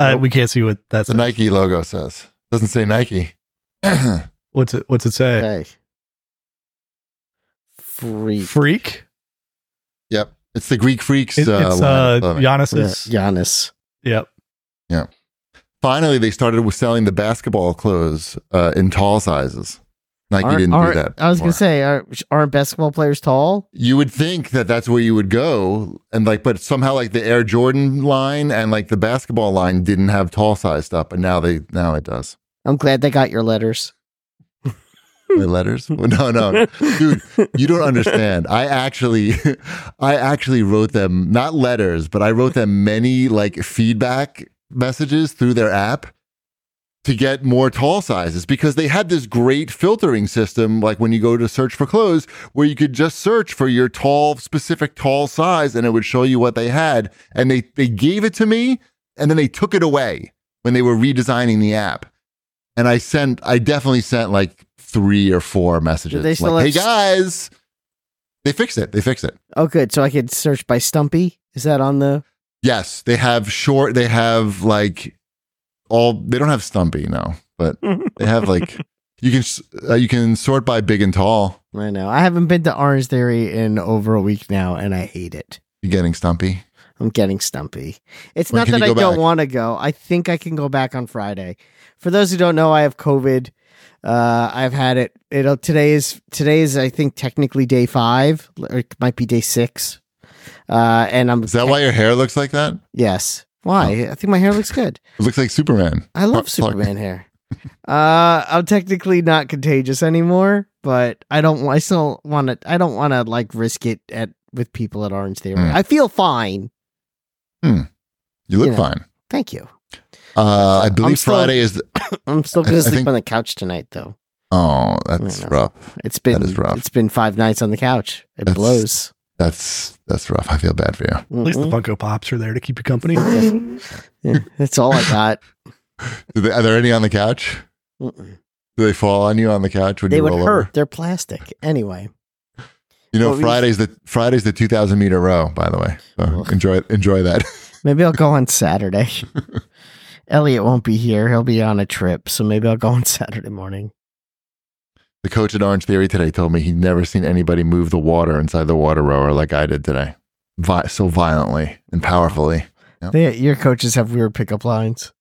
S4: Uh,
S3: Nope.
S4: We can't see what that's.
S2: The Nike logo says. Doesn't say Nike.
S4: What's it? What's it say?
S3: okay. Freak.
S4: Freak.
S2: yep, it's the Greek freaks.
S4: It-
S2: uh,
S4: it's uh,
S2: line. Love it.
S3: Yeah,
S4: Giannis's.
S3: Giannis.
S4: Yep.
S2: Finally, they started with selling the basketball clothes uh, in tall sizes. Nike
S3: Aren't-
S2: didn't do
S3: aren't-
S2: that.
S3: I was going
S2: before.
S3: to say, aren't, aren't basketball players tall?
S2: you would think that that's where you would go and like but somehow like the air jordan line and like the basketball line didn't have tall size stuff but now they now it does
S3: I'm glad they got your letters.
S2: the letters no no dude you don't understand i actually i actually wrote them not letters but i wrote them many like feedback messages through their app to get more tall sizes because they had this great filtering system like when you go to search for clothes where you could just search for your tall specific tall size and it would show you what they had and they they gave it to me and then they took it away when they were redesigning the app and I sent I definitely sent like 3 or 4 messages
S3: they still
S2: like hey
S3: have-
S2: guys they fixed it they fixed it
S3: Oh, good. So I could search by Stumpy. Is that on the?
S2: Yes, they have short. They have like all. They don't have Stumpy, no, but they have like you can s- uh, you can sort by big and tall.
S3: I know. I haven't been to Orange Theory in over a week now, and I hate it.
S2: You're getting Stumpy.
S3: I'm getting stumpy. It's
S2: When
S3: not
S2: can
S3: that
S2: you
S3: I
S2: go
S3: don't
S2: back?
S3: want to go. I think I can go back on Friday. For those who don't know, I have COVID. Uh, I've had it. It'll today is today is I think technically day five, or it might be day six. Uh, and I'm
S2: Is that why your hair looks like that?
S3: yes. Why?
S2: Oh.
S3: I think my hair looks good.
S2: It looks like Superman.
S3: I love
S2: Fuck, fuck.
S3: Superman hair. Uh, I'm technically not contagious anymore, but I don't. I still want to. I don't want to like risk it at with people at Orange Theory.
S2: Hmm.
S3: I feel fine.
S2: You look
S3: Yeah.
S2: fine.
S3: Thank you.
S2: Uh, I
S3: I'm
S2: believe
S3: still-
S2: Friday is. The,
S3: I'm still
S2: I-
S3: gonna
S2: I
S3: sleep
S2: think-
S3: on the couch tonight, though.
S2: oh, that's
S3: Yeah.
S2: rough.
S3: It's been
S2: is rough.
S3: it's been five nights on the couch. It
S2: That's-
S3: blows.
S2: That's that's rough. I feel bad for you.
S4: At least the
S3: Mhm.
S4: Funko Pops are there to keep you company.
S3: Yeah, that's all I got.
S2: Do they- are there any on the couch?
S3: Mm-mm.
S2: Do they fall on you on the couch when
S3: they
S2: you
S3: would
S2: roll
S3: hurt.
S2: over?
S3: They're plastic. Anyway,
S2: You know,
S3: Well, we-
S2: Friday's the Friday's the two thousand meter row. By the way, so
S3: Ugh.
S2: enjoy enjoy that.
S3: maybe I'll go on Saturday. Elliot won't be here. He'll be on a trip, so maybe I'll go on Saturday morning.
S2: The coach at Orange Theory today told me he'd never seen anybody move the water inside the water rower like I did today, Vi- so violently and powerfully.
S3: They, your coaches have weird pickup lines.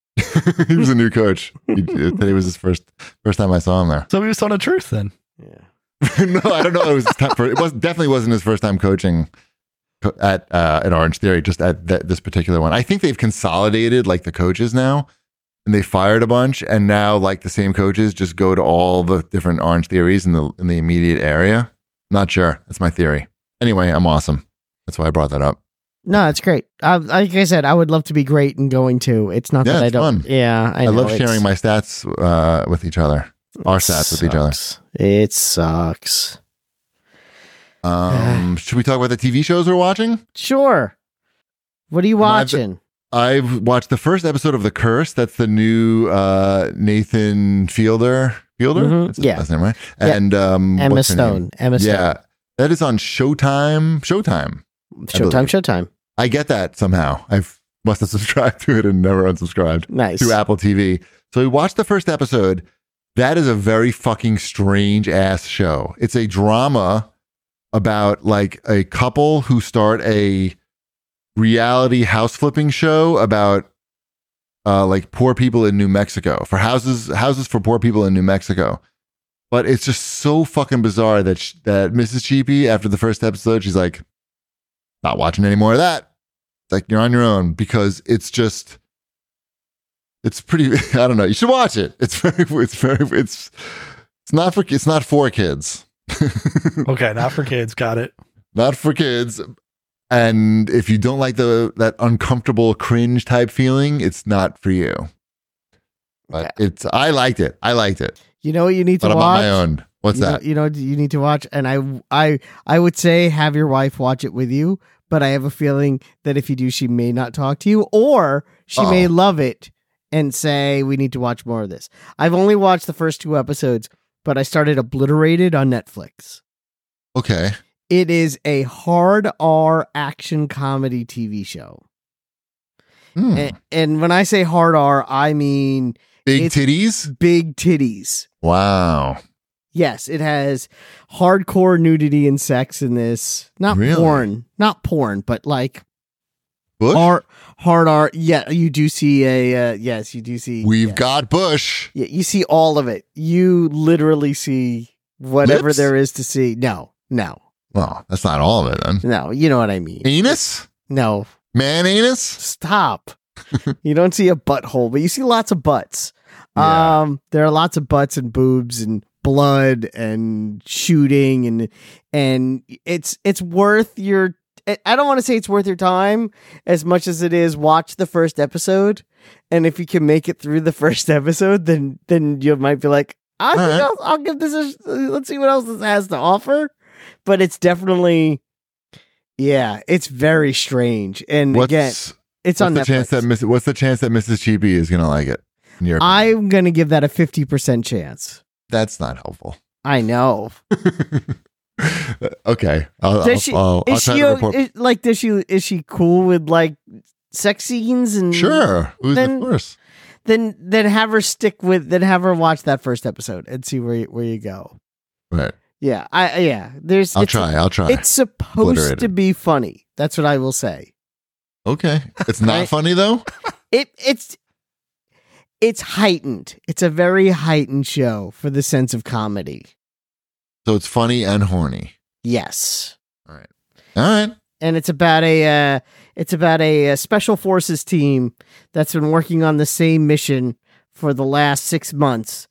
S2: he was a new coach. He, today was his first first time I saw him there.
S4: So he was telling the truth then.
S3: Yeah.
S2: no, I don't know. It was his time for, it was definitely wasn't his first time coaching co- at uh, at Orange Theory. Just at th- this particular one, I think they've consolidated like the coaches now, and they fired a bunch, and now like the same coaches just go to all the different Orange Theories in the in the immediate area. Not sure. That's my theory. Anyway, I'm awesome. That's why I brought that up.
S3: No, it's great. I, like I said, I would love to be great and going to. It's not
S2: Yeah,
S3: that I
S2: it's
S3: don't.
S2: fun.
S3: Yeah, I,
S2: I,
S3: know,
S2: love
S3: it's-
S2: sharing my stats uh, with each other. Our stats with each other.
S3: sucks. It sucks.
S2: Um, should we talk about the TV shows we're watching?
S3: Sure. What are you
S2: Am I the-
S3: watching?
S2: I've watched the first episode of The Curse. That's the new uh, Nathan Fielder. Fielder?
S3: Mhm,
S2: That's his
S3: yeah.
S2: last name, right?
S3: Yeah.
S2: And um,
S3: Emma
S2: what's her name?
S3: Stone. Emma Stone.
S2: Yeah. That is on Showtime. Showtime.
S3: Showtime. Showtime.
S2: I get that somehow. I must have subscribed to it and never unsubscribed.
S3: Nice.
S2: through Apple TV. So we watched the first episode. That is a very fucking strange ass show. It's a drama about like a couple who start a reality house flipping show about uh, like poor people in New Mexico for houses houses for poor people in New Mexico. But it's just so fucking bizarre that sh- that Mrs. Cheapy after the first episode, she's like, not watching any more of that. It's like you're on your own because it's just it's pretty i don't know you should watch it it's very it's very it's it's not for it's not for kids
S4: Okay, not for kids. Got it.
S2: not for kids and if you don't like the that uncomfortable cringe type feeling it's not for you but it's i liked it i liked it
S3: You know what you need to
S2: but i'm
S3: watch.
S2: on my own what's
S3: you
S2: that
S3: Know, you know what you need to watch, and I, I, I would say have your wife watch it with you. But I have a feeling that if you do, she may not talk to you, or she may
S2: Uh-oh.
S3: love it and say we need to watch more of this. I've only watched the first two episodes, but I started Obliterated on Netflix.
S2: okay
S3: It is a hard R action comedy TV show.
S2: Hmm.
S3: A- And, when I say hard R, I mean
S2: big
S3: it's-
S2: titties
S3: big titties.
S2: wow
S3: Yes, it has hardcore nudity and sex in this. Not
S2: Really?
S3: porn, not porn, but like
S2: bush
S3: hard, hard R. Yeah, you do see a uh, yes, you do see.
S2: we've
S3: yeah.
S2: got bush
S3: Yeah, you see all of it. You literally see whatever
S2: Lips?
S3: there is to see. No, no,
S2: well that's not all of it then
S3: no. You know what I mean?
S2: anus
S3: No,
S2: man anus
S3: stop. you don't see a butthole, but you see lots of butts.
S2: Yeah.
S3: Um, there are lots of butts and boobs and blood and shooting and and it's it's worth your I- I don't want to say it's worth your time as much as it is watch the first episode, and if you can make it through the first episode, then then you might be like, I think
S2: Alright.
S3: I'll, I'll give this. A, sh- let's see what else this has to offer. But it's definitely, yeah, it's very strange. And
S2: What's,
S3: again, it's
S2: what's
S3: on
S2: the chance
S3: Netflix.
S2: that Miss, what's the chance that Mrs. Cheapy is gonna like it? In your opinion?
S3: I'm gonna give that a fifty percent chance.
S2: that's not helpful.
S3: I know.
S2: okay, I'll, I'll,
S3: Does she-
S2: I'll, I'll
S3: Is
S2: try
S3: she
S2: to
S3: o-
S2: report.
S3: is- like? Does she is she cool with like sex scenes and
S2: sure, who's
S3: then-
S2: the first?
S3: Then then have her stick with then have her watch that first episode and see where you, where you go.
S2: Right,
S3: Yeah, I yeah. There's
S2: I'll
S3: it's,
S2: try. I'll try.
S3: It's supposed to
S2: Obliterated.
S3: be funny. That's what I will say.
S2: okay, it's not
S3: Right.
S2: funny though.
S3: It it's it's heightened. It's a very heightened show for the sense of comedy.
S2: So it's funny and horny.
S3: Yes.
S2: All right.
S3: and it's about a uh, it's about a, uh special forces team that's been working on the same mission for the last six months,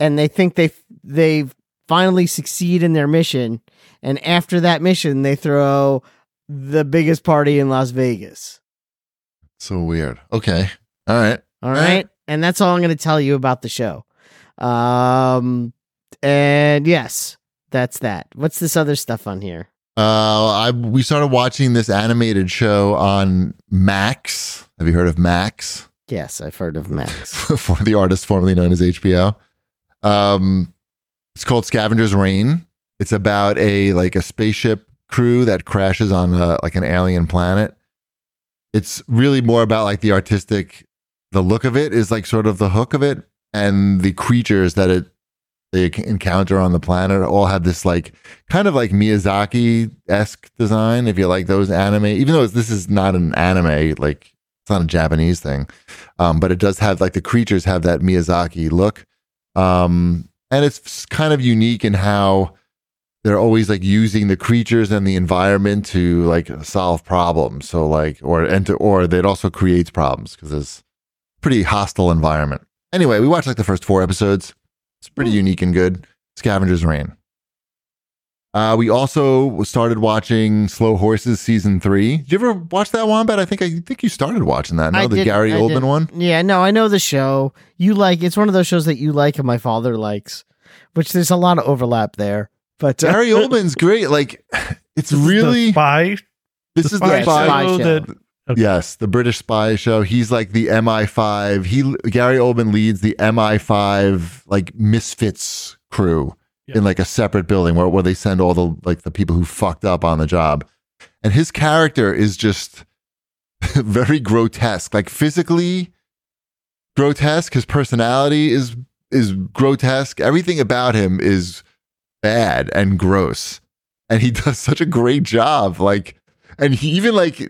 S3: and they think they they finally succeed in their mission, and after that mission, they throw the biggest party in Las Vegas.
S2: So weird. Okay. All right.
S3: All
S2: All
S3: right,
S2: right.
S3: and that's all I'm going to tell you about the show. Um, and yes, that's that. What's this other stuff on here?
S2: Uh, I we started watching this animated show on Max. Have you heard of Max?
S3: Yes, I've heard of Max.
S2: For the artist formerly known as HBO. Um, it's called Scavenger's Reign. It's about a like a spaceship crew that crashes on a, like an alien planet. It's really more about like the artistic. The look of it is like sort of the hook of it, and the creatures that it they encounter on the planet all have this like kind of like Miyazaki esque design. If you like those anime, even though it's, this is not an anime, like it's not a Japanese thing, um, but it does have like the creatures have that Miyazaki look, um, and it's kind of unique in how they're always like using the creatures and the environment to like solve problems. So like or enter or that also creates problems because it's pretty hostile environment. Anyway, we watched like the first four episodes. It's pretty
S3: Hmm.
S2: unique and good. Scavenger's Reign. Uh, we also started watching Slow Horses season three. Did you ever watch that one? But I think I think you started watching that. No,
S3: I
S2: the
S3: did-
S2: Gary
S3: I
S2: Oldman
S3: did.
S2: one.
S3: Yeah, no, I know the show. You like it's one of those shows that you like and my father likes, which there's a lot of overlap there. But uh,
S2: Gary Oldman's great. Like it's really
S4: by
S2: this
S4: the
S2: is
S4: spy
S2: the spy.
S3: show.
S4: that Okay.
S2: Yes, the British spy show. He's like the MI5. He Gary Oldman leads the MI5 like misfits crew
S4: Yeah.
S2: in like a separate building where where they send all the like the people who fucked up on the job. And his character is just very grotesque, like physically grotesque. His personality is is grotesque. Everything about him is bad and gross. And he does such a great job. Like and he even like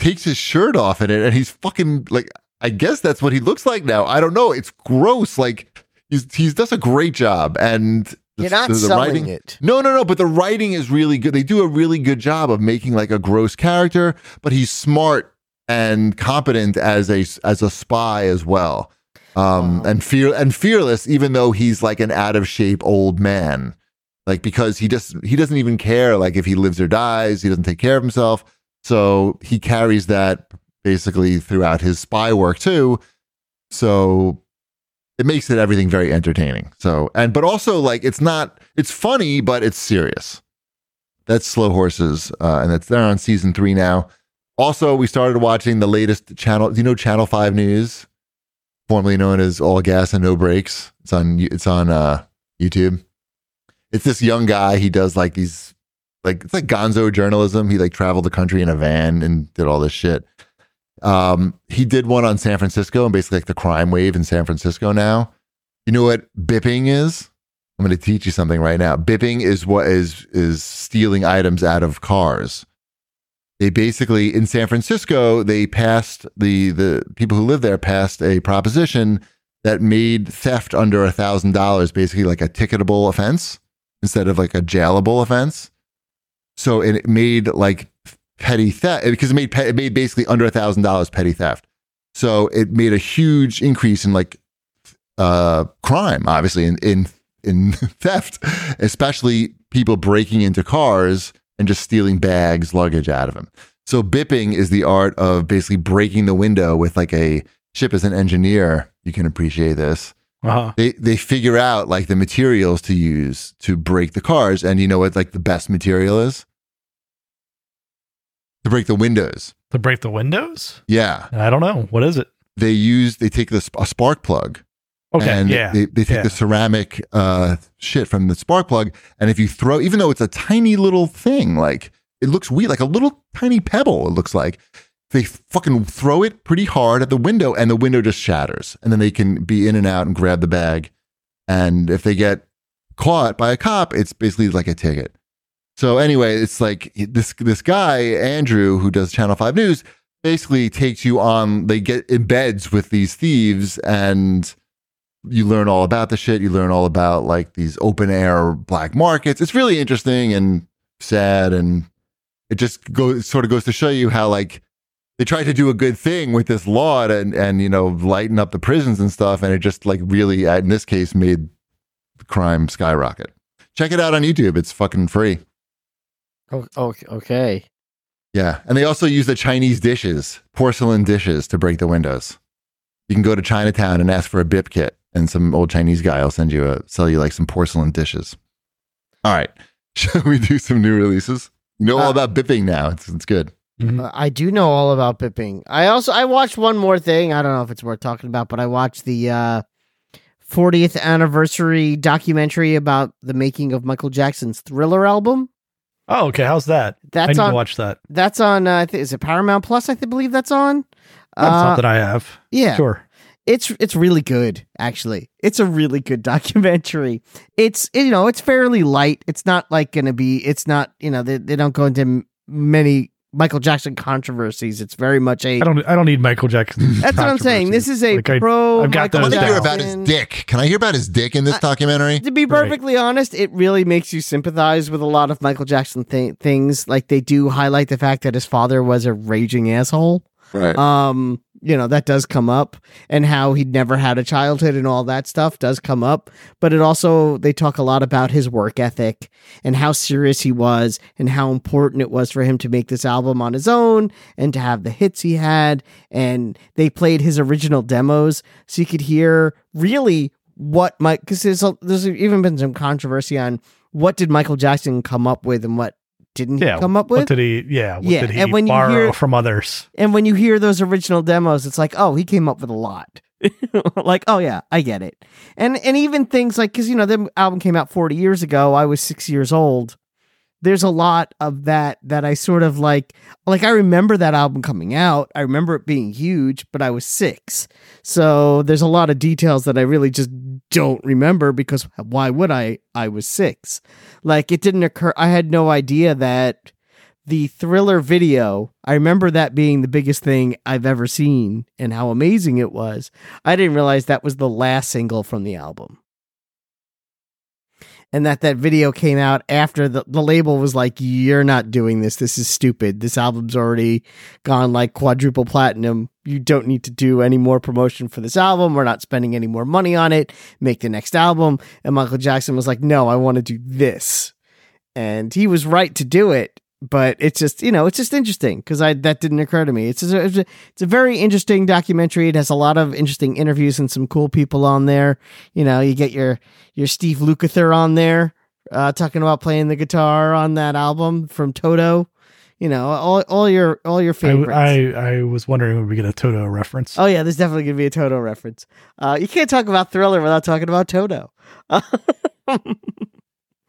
S2: takes his shirt off in it and he's fucking like I guess that's what he looks like now. I don't know. It's gross. Like he's he's does a great job and the-
S3: you're not
S2: the- the
S3: selling
S2: writing-
S3: it.
S2: no, no, no. But the writing is really good. They do a really good job of making like a gross character, but he's smart and competent as a as a spy as well, um,
S3: Wow.
S2: and fear and fearless. Even though he's like an out of shape old man, like because he just he doesn't even care like if he lives or dies. He doesn't take care of himself, so he carries that basically throughout his spy work too. So it makes it everything very entertaining. So and but also like it's not it's funny, but it's serious. That's Slow Horses, uh, and that's they're on season three now. Also, we started watching the latest channel. Do you know Channel Five News, formerly known as All Gas and No Breaks? It's on it's on uh, YouTube. It's this young guy. He does like these like it's like Gonzo journalism. He like traveled the country in a van and did all this shit. Um, he did one on San Francisco and basically like the crime wave in San Francisco now. You know what bipping is? I'm going to teach you something right now. Bipping is what is is stealing items out of cars. They basically in San Francisco, they passed the the people who live there passed a proposition that made theft under a thousand dollars basically like a ticketable offense instead of like a jailable offense. So it made like petty theft because it made pe- it made basically under a thousand dollars petty theft. So it made a huge increase in like uh, crime, obviously in in in theft, especially people breaking into cars and just stealing bags, luggage out of him. So bipping is the art of basically breaking the window with like a ship as an engineer. You can appreciate this.
S4: Uh-huh.
S2: They they figure out like the materials to use to break the cars, and you know what like the best material is to break the windows.
S4: To break the windows?
S2: Yeah,
S4: I don't know. What is it?
S2: they use they take the sp- a spark plug
S4: Okay.
S2: and
S4: yeah.
S2: they, they take
S4: yeah.
S2: the ceramic uh, shit from the spark plug, and if you throw, even though it's a tiny little thing, like it looks weird, like a little tiny pebble, it looks like they fucking throw it pretty hard at the window, and the window just shatters, and then they can be in and out and grab the bag, and if they get caught by a cop, it's basically like a ticket. So anyway, it's like this this guy Andrew who does Channel Five News basically takes you on. They get embeds with these thieves and you learn all about the shit. You learn all about like these open air black markets. It's really interesting and sad, and it just goes sort of goes to show you how like they tried to do a good thing with this law to- and and you know lighten up the prisons and stuff, and it just like really in this case made the crime skyrocket. Check it out on YouTube. It's fucking free.
S3: Oh, oh, okay.
S2: Yeah, and they also use the Chinese dishes, porcelain dishes, to break the windows. You can go to Chinatown and ask for a bip kit, and some old Chinese guy will send you a sell you like some porcelain dishes. All right, shall we do some new releases? You know all
S3: Uh,
S2: about bipping now. It's it's good.
S4: Mhm.
S3: Uh, I do know all about bipping. I also I watched one more thing. I don't know if it's worth talking about, but I watched the uh, 40th anniversary documentary about the making of Michael Jackson's Thriller album.
S4: Oh, okay. How's that? I
S3: That's
S4: need
S3: on.
S4: to watch that.
S3: That's on. Uh, I think is it Paramount Plus? I th- believe that's on.
S4: That's
S3: Uh,
S4: something I have.
S3: yeah,
S4: Sure.
S3: it's it's really good. Actually, it's a really good documentary. It's you know it's fairly light. It's not like going to be. It's not you know they they don't go into m- many Michael Jackson controversies. It's very much a.
S4: I don't. I don't need Michael Jackson.
S3: That's what I'm saying. This is a
S4: Like, I-
S3: pro.
S4: I've got
S2: I
S3: Michael
S2: want
S4: those
S2: to hear
S4: down.
S2: about his
S3: Jackson.
S2: dick. Can I hear about his dick in this
S3: I-
S2: documentary?
S3: To be
S4: Right.
S3: perfectly honest, it really makes you sympathize with a lot of Michael Jackson thi- things. Like they do highlight the fact that his father was a raging asshole.
S2: Right.
S3: Um, you know that does come up, and how he'd never had a childhood and all that stuff does come up. But it also they talk a lot about his work ethic and how serious he was, and how important it was for him to make this album on his own and to have the hits he had. And they played his original demos, so you could hear really what Mike because there's, a- there's even been some controversy on what did Michael Jackson come up with and what didn't
S4: Yeah.
S3: he come up
S4: What
S3: with.
S4: did he? Yeah. What
S3: Yeah,
S4: did he
S3: and when you
S4: borrow
S3: hear-
S4: from others?
S3: And when you hear those original demos, it's like, oh, he came up with a lot. like, oh yeah, I get it. And and even things like because you know the album came out forty years ago. I was six years old. There's a lot of that that I sort of like. Like I remember that album coming out. I remember it being huge, but I was six. So there's a lot of details that I really just don't remember because why would I? I was six. Like it didn't occur. I had no idea that the thriller video, I remember that being the biggest thing I've ever seen and how amazing it was. I didn't realize that was the last single from the album. And that that video came out after the, the label was like, you're not doing this. This is stupid. This album's already gone like quadruple platinum. You don't need to do any more promotion for this album. We're not spending any more money on it. Make the next album. And Michael Jackson was like, no, I want to do this. And he was right to do it. But it's just, you know, it's just interesting because I that didn't occur to me. It's just, a- it's a, it's a very interesting documentary. It has a lot of interesting interviews and some cool people on there. You know, you get your your Steve Lukather on there uh, talking about playing the guitar on that album from Toto. You know, all all your all your
S4: I,
S3: favorites.
S4: I I was wondering would we get a Toto reference?
S3: Oh yeah, there's definitely gonna be a Toto reference. Uh, you can't talk about Thriller without talking about Toto.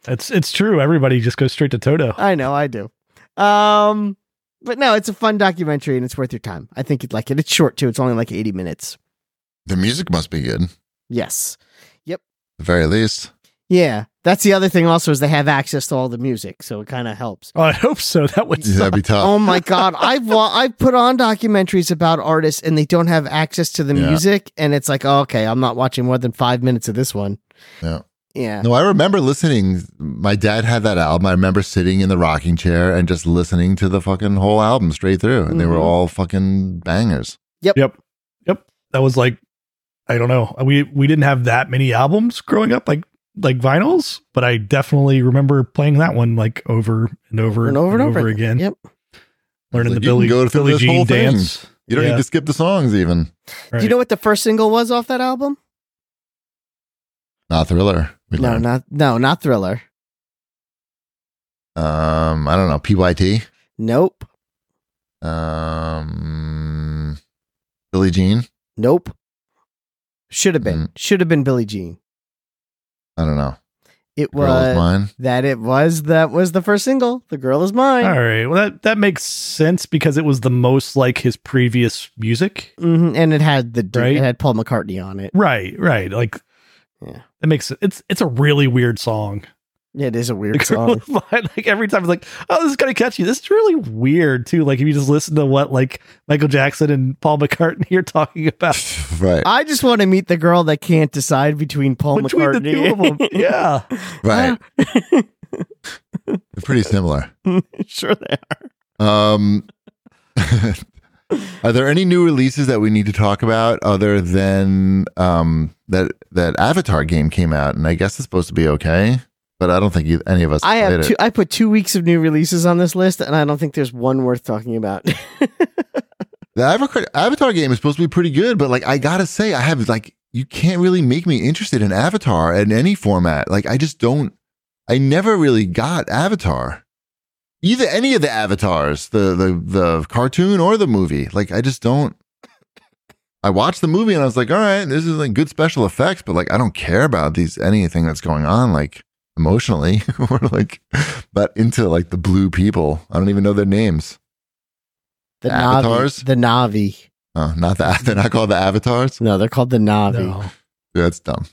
S4: It's it's true. Everybody just goes straight to Toto.
S3: I know, I do. Um, but no, it's a fun documentary and it's worth your time. I think you'd like it. It's short too. It's only like 80 minutes.
S2: The music must be good, at
S3: Yes.
S2: the very least.
S3: Yeah. That's the other thing. Also, is they have access to all the music, so it kind of helps.
S4: Oh, I hope so. That would
S2: That'd
S4: suck.
S2: be tough.
S3: Oh my god, I've wa- I've put on documentaries about artists and they don't have access to the
S2: Yeah.
S3: music, and it's like, oh, okay, I'm not watching more than five minutes of this one.
S2: Yeah.
S3: Yeah.
S2: No, I remember listening. My dad had that album. I remember sitting in the rocking chair and just listening to the fucking whole album straight through, and they were
S3: Mhm.
S2: all fucking bangers.
S4: Yep. Yep. That was like I don't know. We we didn't have that many albums growing up. Like like vinyls, but I definitely remember playing that one like over and over
S3: and over and over,
S4: again.
S3: Yep.
S4: Learning
S2: Like, you can
S4: the Billy,
S2: go through
S4: Billy
S2: this whole
S4: Jean
S2: thing.
S4: dance.
S2: You don't
S4: Yeah.
S2: need to skip the songs even.
S3: Do you
S4: Right.
S3: know what the first single was off that album?
S2: Not Thriller. We
S3: No,
S2: learned.
S3: not no, not Thriller.
S2: Um, I don't know. PYT.
S3: Nope.
S2: Um, Billie Jean.
S3: Nope. Should have
S4: Mm-hmm.
S3: been. Should have been Billie Jean.
S2: I don't know.
S3: It
S2: Girl is
S3: was
S2: mine.
S3: that it was that was the first single. The girl is mine.
S4: All right. Well, that that makes sense because it was the most like his previous music.
S3: hmm And it had the
S4: Right?
S3: it had Paul McCartney on it.
S4: Right. Right. Like.
S3: Yeah.
S4: That makes it. It's it's a really weird song.
S3: It is a weird song.
S4: Like, like every time, it's like, oh, this is kind of catchy. This is really weird too. Like if you just listen to what like Michael Jackson and Paul McCartney are talking about
S2: right.
S3: I just want to meet the girl that can't decide between Paul
S4: between the
S3: McCartney.
S4: two of them. Yeah.
S3: Uh,
S2: Right. They're pretty similar.
S3: sure they are.
S2: Um, are there any new releases that we need to talk about other than um, that that Avatar game came out, and I guess it's supposed to be okay, but I don't think you, any of us
S3: I
S2: played
S3: have two.
S2: it.
S3: I put two weeks of new releases on this list, and I don't think there's one worth talking about.
S2: The Avatar, Avatar game is supposed to be pretty good, but like I gotta say, I have like you can't really make me interested in Avatar in any format. Like I just don't. I never really got Avatar, either any of the Avatars, the the the cartoon or the movie. Like I just don't. I watched the movie and I was like, all right, this is like good special effects, but like I don't care about these anything that's going on like emotionally or like, but into like the blue people. I don't even know their names.
S3: The
S2: Avatars?
S3: Navi. The Navi.
S2: Oh, not the they're not called the avatars.
S3: No, they're called the Navi.
S4: No.
S2: That's dumb.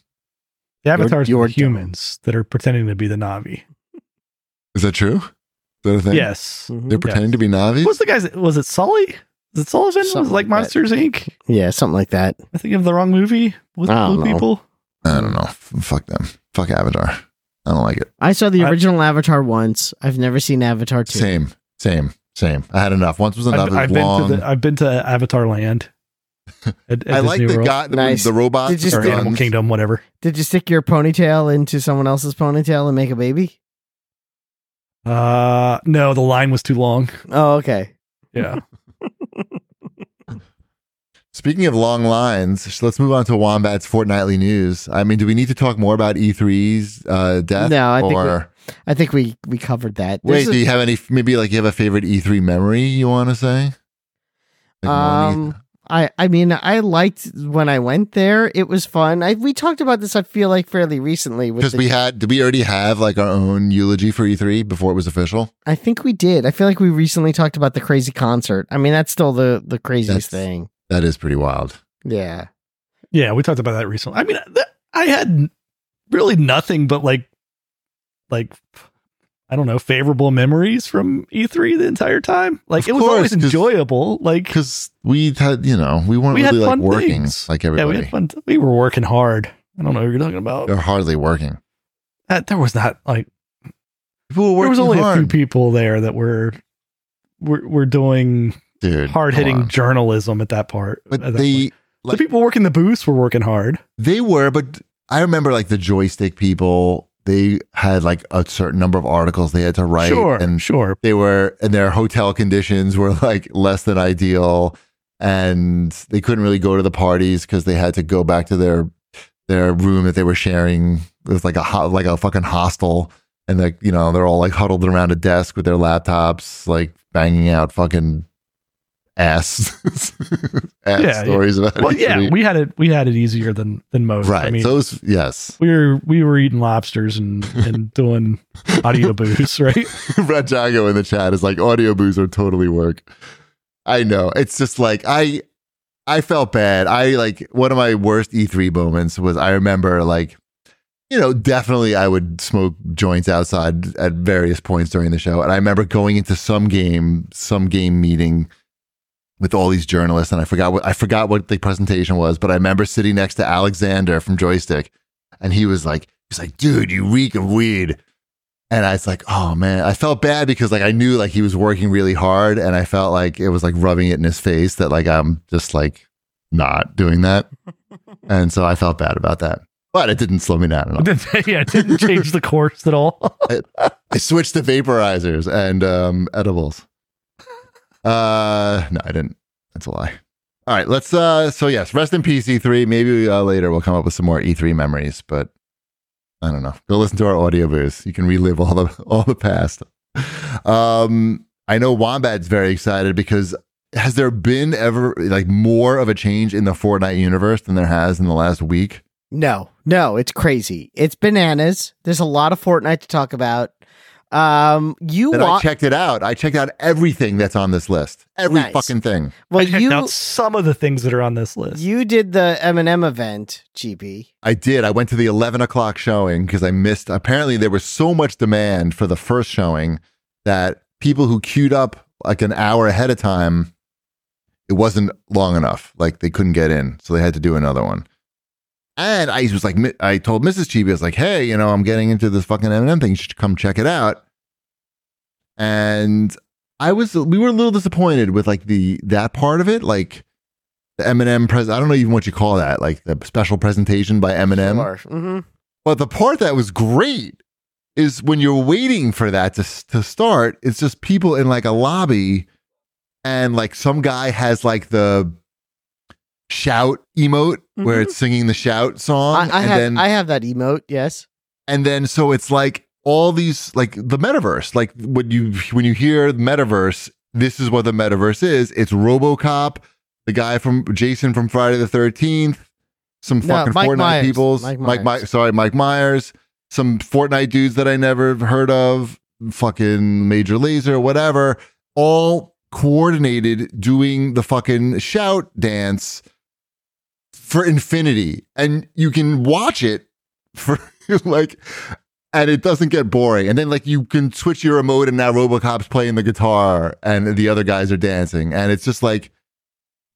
S4: The avatars
S3: you're
S4: are the humans that are pretending to be the Navi.
S2: Is that true? Is that a thing?
S4: Yes.
S3: Mhm.
S2: They're pretending to be Navi.
S4: What's the guy's? Was it Sully? Is it Sullivan? was
S3: Something
S4: it like
S3: like that.
S4: Monsters Inc.
S3: Yeah, something like that.
S4: I think of the wrong movie with
S3: I don't
S4: blue
S3: know.
S4: people.
S2: I don't know. F- Fuck them. Fuck Avatar. I don't like it.
S3: I saw the
S4: I-
S3: original Avatar once. I've never seen Avatar two.
S2: Same. Same. Same. I had enough. Once was enough. It
S4: I've,
S2: was
S4: I've been
S2: long.
S4: to the, I've been to Avatar Land. At, at
S2: I like
S4: Disney
S2: the
S4: World,
S2: guy, the,
S3: Nice.
S2: the robot,
S3: Did you
S4: or
S3: the
S4: Animal
S2: guns.
S4: Kingdom, whatever.
S3: Did you stick your ponytail into someone else's ponytail and make a baby?
S4: Uh, no, the line was too long.
S3: Oh, okay.
S4: Yeah,
S2: Speaking of long lines, sh- let's move on to Wombat's fortnightly news. I mean, do we need to talk more about E3's uh, death?
S3: No, I think
S2: or
S3: I think we we covered that.
S2: wait,
S3: There's a-
S2: do you have any? Maybe like you have a favorite E3 memory you want to say? Like, one E-
S3: Um, I I mean I liked when I went there. It was fun. I we talked about this. I feel like fairly recently. with
S2: Because
S3: the-
S2: we had, did we already have like our own eulogy for E3 before it was official?
S3: I think we did. I feel like we recently talked about the crazy concert. I mean that's still the the craziest
S2: That's-
S3: thing.
S2: That is pretty wild.
S3: Yeah.
S4: yeah, we talked about that recently. I mean, that, I had really nothing but like, like, I don't know, favorable memories from E3 the entire time. Like,
S2: Of
S4: it was
S2: course,
S4: always
S2: 'cause-
S4: enjoyable. Like,
S2: Because we had, you know, we weren't
S4: We had
S2: really like
S4: fun
S2: working
S4: things.
S2: like
S4: Yeah, we
S2: everybody.
S4: had fun. t- we were working hard. I don't know what you're talking about.
S2: They're hardly working.
S4: That, there was not like
S2: People were
S4: there
S2: working
S4: was only
S2: hard,
S4: a few people there that were were, were doing
S2: dude.
S4: hard
S2: come
S4: hitting
S2: on.
S4: journalism at that part. at
S2: But
S4: that
S2: they
S4: point.
S2: like-
S4: the people working the booths were working hard.
S2: they were, but I remember like the joystick people. They had like a certain number of articles they had to write,
S4: sure,
S2: and
S4: sure.
S2: they were and their hotel conditions were like less than ideal and they couldn't really go to the parties because they had to go back to their their room that they were sharing it was like a ho- like a fucking hostel and like you know they're all like huddled around a desk with their laptops like banging out fucking ass, ass
S4: Yeah, yeah.
S2: stories about
S4: Well,
S2: each
S4: yeah,
S2: other.
S4: we had it. We had it easier than than most.
S2: right
S4: I mean,
S2: so it was yes
S4: we were we were eating lobsters and and doing audio booths, right?
S2: Brad Jago in the chat is like audio boos are totally work. I know. It's just like I I felt bad. I like one of my worst E3 moments was I remember like you know, definitely I would smoke joints outside at various points during the show. And I remember going into some game, some game meeting with all these journalists and I forgot what I forgot what the presentation was, but I remember sitting next to Alexander from Joystick and he was like he's like, "Dude, you reek of weed." And I was like, oh man, I felt bad because like I knew like he was working really hard and I felt like it was like rubbing it in his face that like I'm just like not doing that. and so I felt bad about that. But it didn't slow me down at all.
S4: yeah, it didn't change the course at all.
S2: I switched to vaporizers and um, edibles. Uh, no, I didn't. That's a lie. All right, let's. Uh, so yes, rest in peace, E3. Maybe uh, later we'll come up with some more E3 memories, but I don't know. Go listen to our audio booths. You can relive all the all the past. Um, I know Wombat's very excited because has there been ever like more of a change in the Fortnite universe than there has in the last week?
S3: No, no, it's crazy. It's bananas. There's a lot of Fortnite to talk about. Um, you
S2: That I
S3: watch
S2: checked it out. I checked out everything that's on this list. Every
S3: Nice.
S2: fucking thing.
S3: well,
S4: I checked
S3: you
S4: out some of the things that are on this list.
S3: you did the Eminem event, GB.
S2: I did. I went to the 11 o'clock showing because I missed. Apparently, there was so much demand for the first showing that people who queued up like an hour ahead of time, it wasn't long enough. Like they couldn't get in. So they had to do another one. And I was like, mi- I told Mrs. Chibi, I was like, hey, you know, I'm getting into this fucking Eminem thing. You should come check it out. And I was, we were a little disappointed with like the, that part of it. Like, the Eminem pres I don't know even what you call that, like the special presentation by Eminem.
S3: hmm
S2: But the part that was great is when you're waiting for that to s- to start, it's just people in like a lobby and like some guy has like the shout emote where
S3: Mhm.
S2: it's singing the shout song
S3: I, I
S2: and
S3: have
S2: then
S3: I have that emote. Yes.
S2: and then so it's like all these like the metaverse like when you when you hear the metaverse this is what the metaverse is it's robocop the guy from jason from friday the 13th some
S3: No,
S2: fucking
S3: Mike
S2: fortnite
S3: Myers.
S2: peoples
S3: Mike
S2: mike,
S3: Myers.
S2: Mi- sorry mike myers some fortnite dudes that i never heard of fucking major laser whatever all coordinated doing the fucking shout dance for infinity and you can watch it for like and it doesn't get boring and then like you can switch your remote and now robocop's playing the guitar and the other guys are dancing and it's just like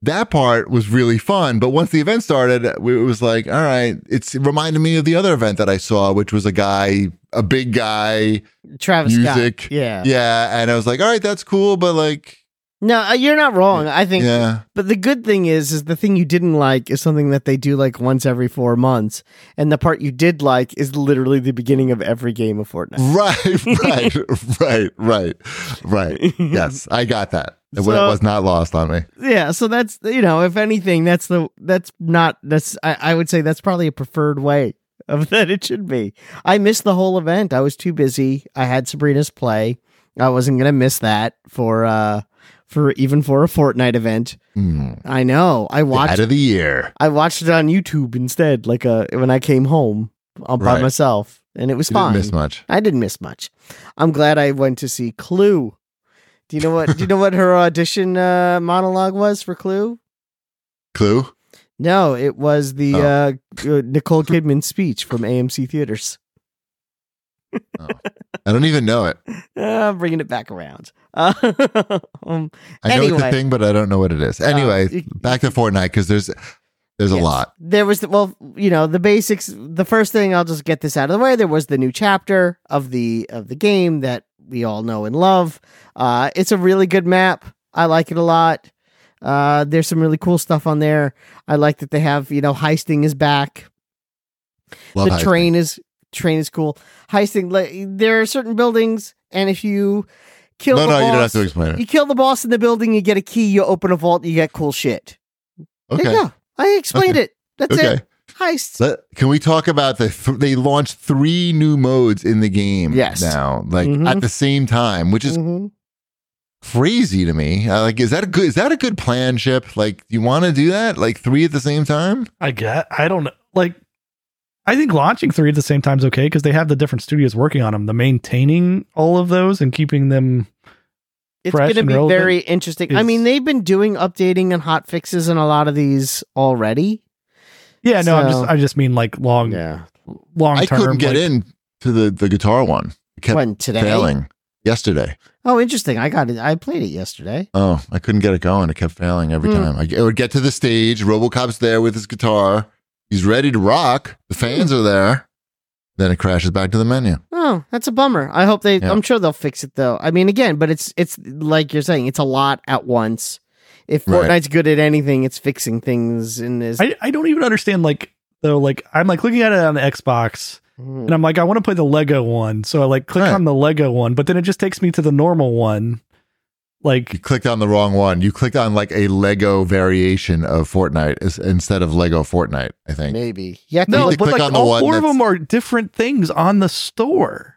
S2: that part was really fun but once the event started we- it was like all right it's it reminded me of the other event that i saw which was a guy a big guy
S3: Travis
S2: Music.
S3: Scott. Yeah.
S2: yeah and i was like all right that's cool but like
S3: No, uh, you're not wrong. I think
S2: yeah
S3: But the good thing is, is the thing you didn't like is something that they do like once every four months, and the part you did like is literally the beginning of every game of Fortnite.
S2: right right right right right yes i got that it wa-
S3: So-
S2: was not lost on me
S3: yeah. So that's you know, if anything, that's the that's not that's I, I would say that's probably a preferred way of that it should be. I missed the whole event. I was too busy. I had Sabrina's play. I wasn't gonna miss that for uh for even for a Fortnite event.
S2: Mm.
S3: I know. I watched
S2: Dad of the year.
S3: I watched it on YouTube instead, like uh, when I came home uh, by
S2: Right.
S3: myself, and it was
S2: You
S3: fine.
S2: didn't miss much.
S3: I didn't miss much. I'm glad I went to see Clue. Do you know what? do you know what her audition uh, monologue was for Clue?
S2: Clue.
S3: No, it was the
S2: Oh.
S3: uh, uh, Nicole Kidman speech from AMC theaters.
S2: I don't even know it.
S3: Uh, bringing it back around. Uh, um,
S2: I know it's
S3: Anyway. Oh,
S2: a thing, but I don't know what it is. Anyway,
S3: you-
S2: back to Fortnite because there's there's a
S3: Yes.
S2: lot.
S3: There was the, well, you know, the basics. The first thing I'll just get this out of the way. There was the new chapter of the of the game that we all know and love. Uh, it's a really good map. I like it a lot. Uh, there's some really cool stuff on there. I like that they have you know heisting is back.
S2: Love
S3: the
S2: heisting.
S3: train is train is cool. Heisting. like, There are certain buildings, and if you kill
S2: No,
S3: the
S2: no, you don't have
S3: boss,
S2: to explain
S3: you
S2: it.
S3: kill the boss in the building, you get a key, you open a vault, you get cool shit. There you
S2: Okay,
S3: go. I explained it. That's it
S2: okay.
S3: heists.
S2: Let- can we talk about the? Th- they launched three new modes in the game.
S3: Yes.
S2: Now, like
S3: Mhm.
S2: at the same time, which is
S4: Mm-hmm.
S3: Mhm.
S2: crazy to me. Uh, like, is that a good? Is that a good plan, ship? Like, you want to do that? Like three at the same time?
S4: I get. I don't know. Like, I think launching three at the same time is okay because they have the different studios working on them. The maintaining all of those and keeping them.
S3: It's
S4: fresh
S3: going to
S4: and
S3: be
S4: relevant
S3: very interesting. I
S4: is-
S3: mean, they've been doing updating and hot fixes in a lot of these already.
S4: Yeah, no, I'm
S3: So-
S4: just. I just mean like long,
S3: Yeah.
S4: long
S2: I
S4: term.
S2: couldn't get
S4: like,
S2: in to the the guitar one. It kept
S3: When today?
S2: failing yesterday.
S3: Oh, interesting. I got it. I played it yesterday.
S2: Oh, I couldn't get it going. It kept failing every
S3: Hmm.
S2: time. I, I would get to the stage. Robocop's there with his guitar. He's ready to rock. The
S4: Hmm.
S2: fans are there. Then it crashes back to the menu.
S3: Oh, that's a bummer. I hope they.
S2: Yeah.
S3: I'm sure they'll fix it though. I mean, again, but it's it's like you're saying, it's a lot at once. If
S2: Right.
S3: Fortnite's good at anything, it's fixing things and is
S4: I, I don't even understand like though. Like I'm like looking at it on the Xbox,
S3: Hmm,
S4: and I'm like, I want to play the Lego one. So I like click
S2: Right.
S4: on the Lego one, but then it just takes me to the normal one.
S2: You
S4: Like
S2: clicked on the wrong one. You clicked on like a Lego variation of Fortnite is- instead of Lego Fortnite, I think.
S3: Maybe. Yeah.
S2: You
S4: no,
S2: need to
S4: but
S2: click
S4: like
S2: on the
S4: all
S2: one
S4: four of
S2: that's-
S4: them are different things on the store.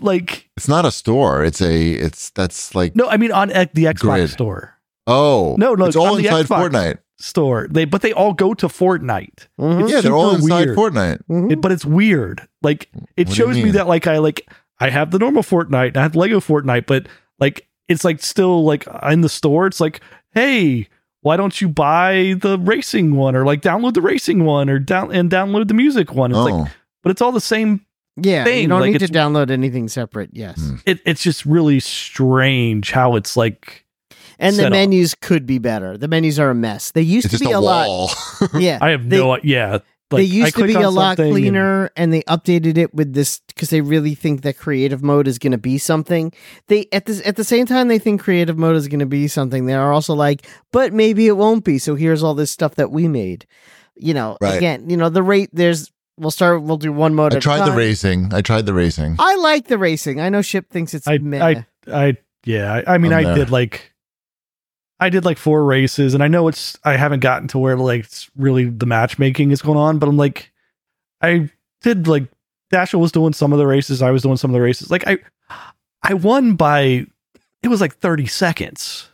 S4: Like
S2: It's not a store. It's a it's that's like
S4: no, I mean on X- the Xbox
S2: Grid.
S4: store
S2: oh
S4: No, no,
S2: it's
S4: it's on
S2: all
S4: the
S2: inside
S4: Xbox.
S2: Fortnite.
S4: store. They but they all go to Fortnite.
S3: Mhm.
S2: Yeah, they're all
S4: super
S2: inside
S4: weird.
S2: Fortnite.
S3: Mhm.
S4: It- but it's weird. Like it
S2: What do you
S4: shows me
S2: mean?
S4: that like I like I have the normal Fortnite, and I have Lego Fortnite, but like it's like still like in the store. It's like, hey, why don't you buy the racing one or like download the racing one or down and download the music one? It's
S2: oh,
S4: like, but it's all the same.
S3: yeah. You
S4: thing,
S3: don't
S4: like,
S3: need to
S4: it's-
S3: download anything separate. Yes.
S2: Hmm.
S4: It, it's just really strange how it's like.
S3: And
S4: Set
S3: the
S4: up.
S3: menus could be better. The menus are a mess. They used
S2: it's
S3: to
S2: just
S3: be
S2: a,
S3: a, lot.
S2: wall.
S3: Yeah.
S4: I have
S3: They-
S4: no. Yeah, like,
S3: they
S4: I
S3: used to
S4: click
S3: be
S4: on
S3: a lot
S4: something and-
S3: cleaner and they updated it with this because they really think that creative mode is going to be something they at this at the same time they think creative mode is going to be something they are also like but maybe it won't be so here's all this stuff that we made you know
S2: Right.
S3: again you know the rate there's we'll start we'll do one mode
S2: I
S3: at a
S2: tried the
S3: time.
S2: racing. I tried the racing.
S3: i like the racing i know ship thinks it's
S4: I-
S3: meh.
S4: I yeah, I, I mean,
S2: I'm
S4: I
S2: there.
S4: did like, I did like four races, and I know it's I haven't gotten to where like it's really the matchmaking is going on, but I'm like, I did like Dashiell was doing some of the races, I was doing some of the races. Like I, I won by it was like 30 seconds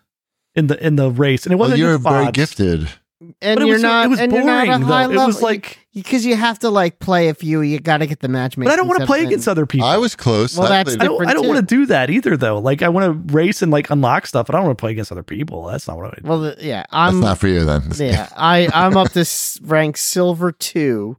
S4: in the in the race, and it
S2: Well,
S4: wasn't
S2: you're
S4: just
S2: very
S4: bots,
S2: gifted.
S3: and
S4: but it
S3: you're
S4: was,
S3: not
S4: It was
S3: and
S4: boring
S3: you're not a
S4: though.
S3: high
S4: it
S3: level
S4: was like,
S3: because you have to like play a few you got to get the matchmaking
S4: but I don't want to play
S3: settled in.
S4: against other people.
S2: I was close.
S3: Well,
S2: I
S3: that's
S4: I
S2: played-
S4: don't, I
S3: different,
S4: don't
S3: too.
S4: want to do that either, though. Like, I want to race and like unlock stuff, but I don't want to play against other people. That's not what I.
S3: well the- yeah
S2: that's
S3: i'm
S2: not for you then.
S3: yeah, I I'm up to s- rank silver two.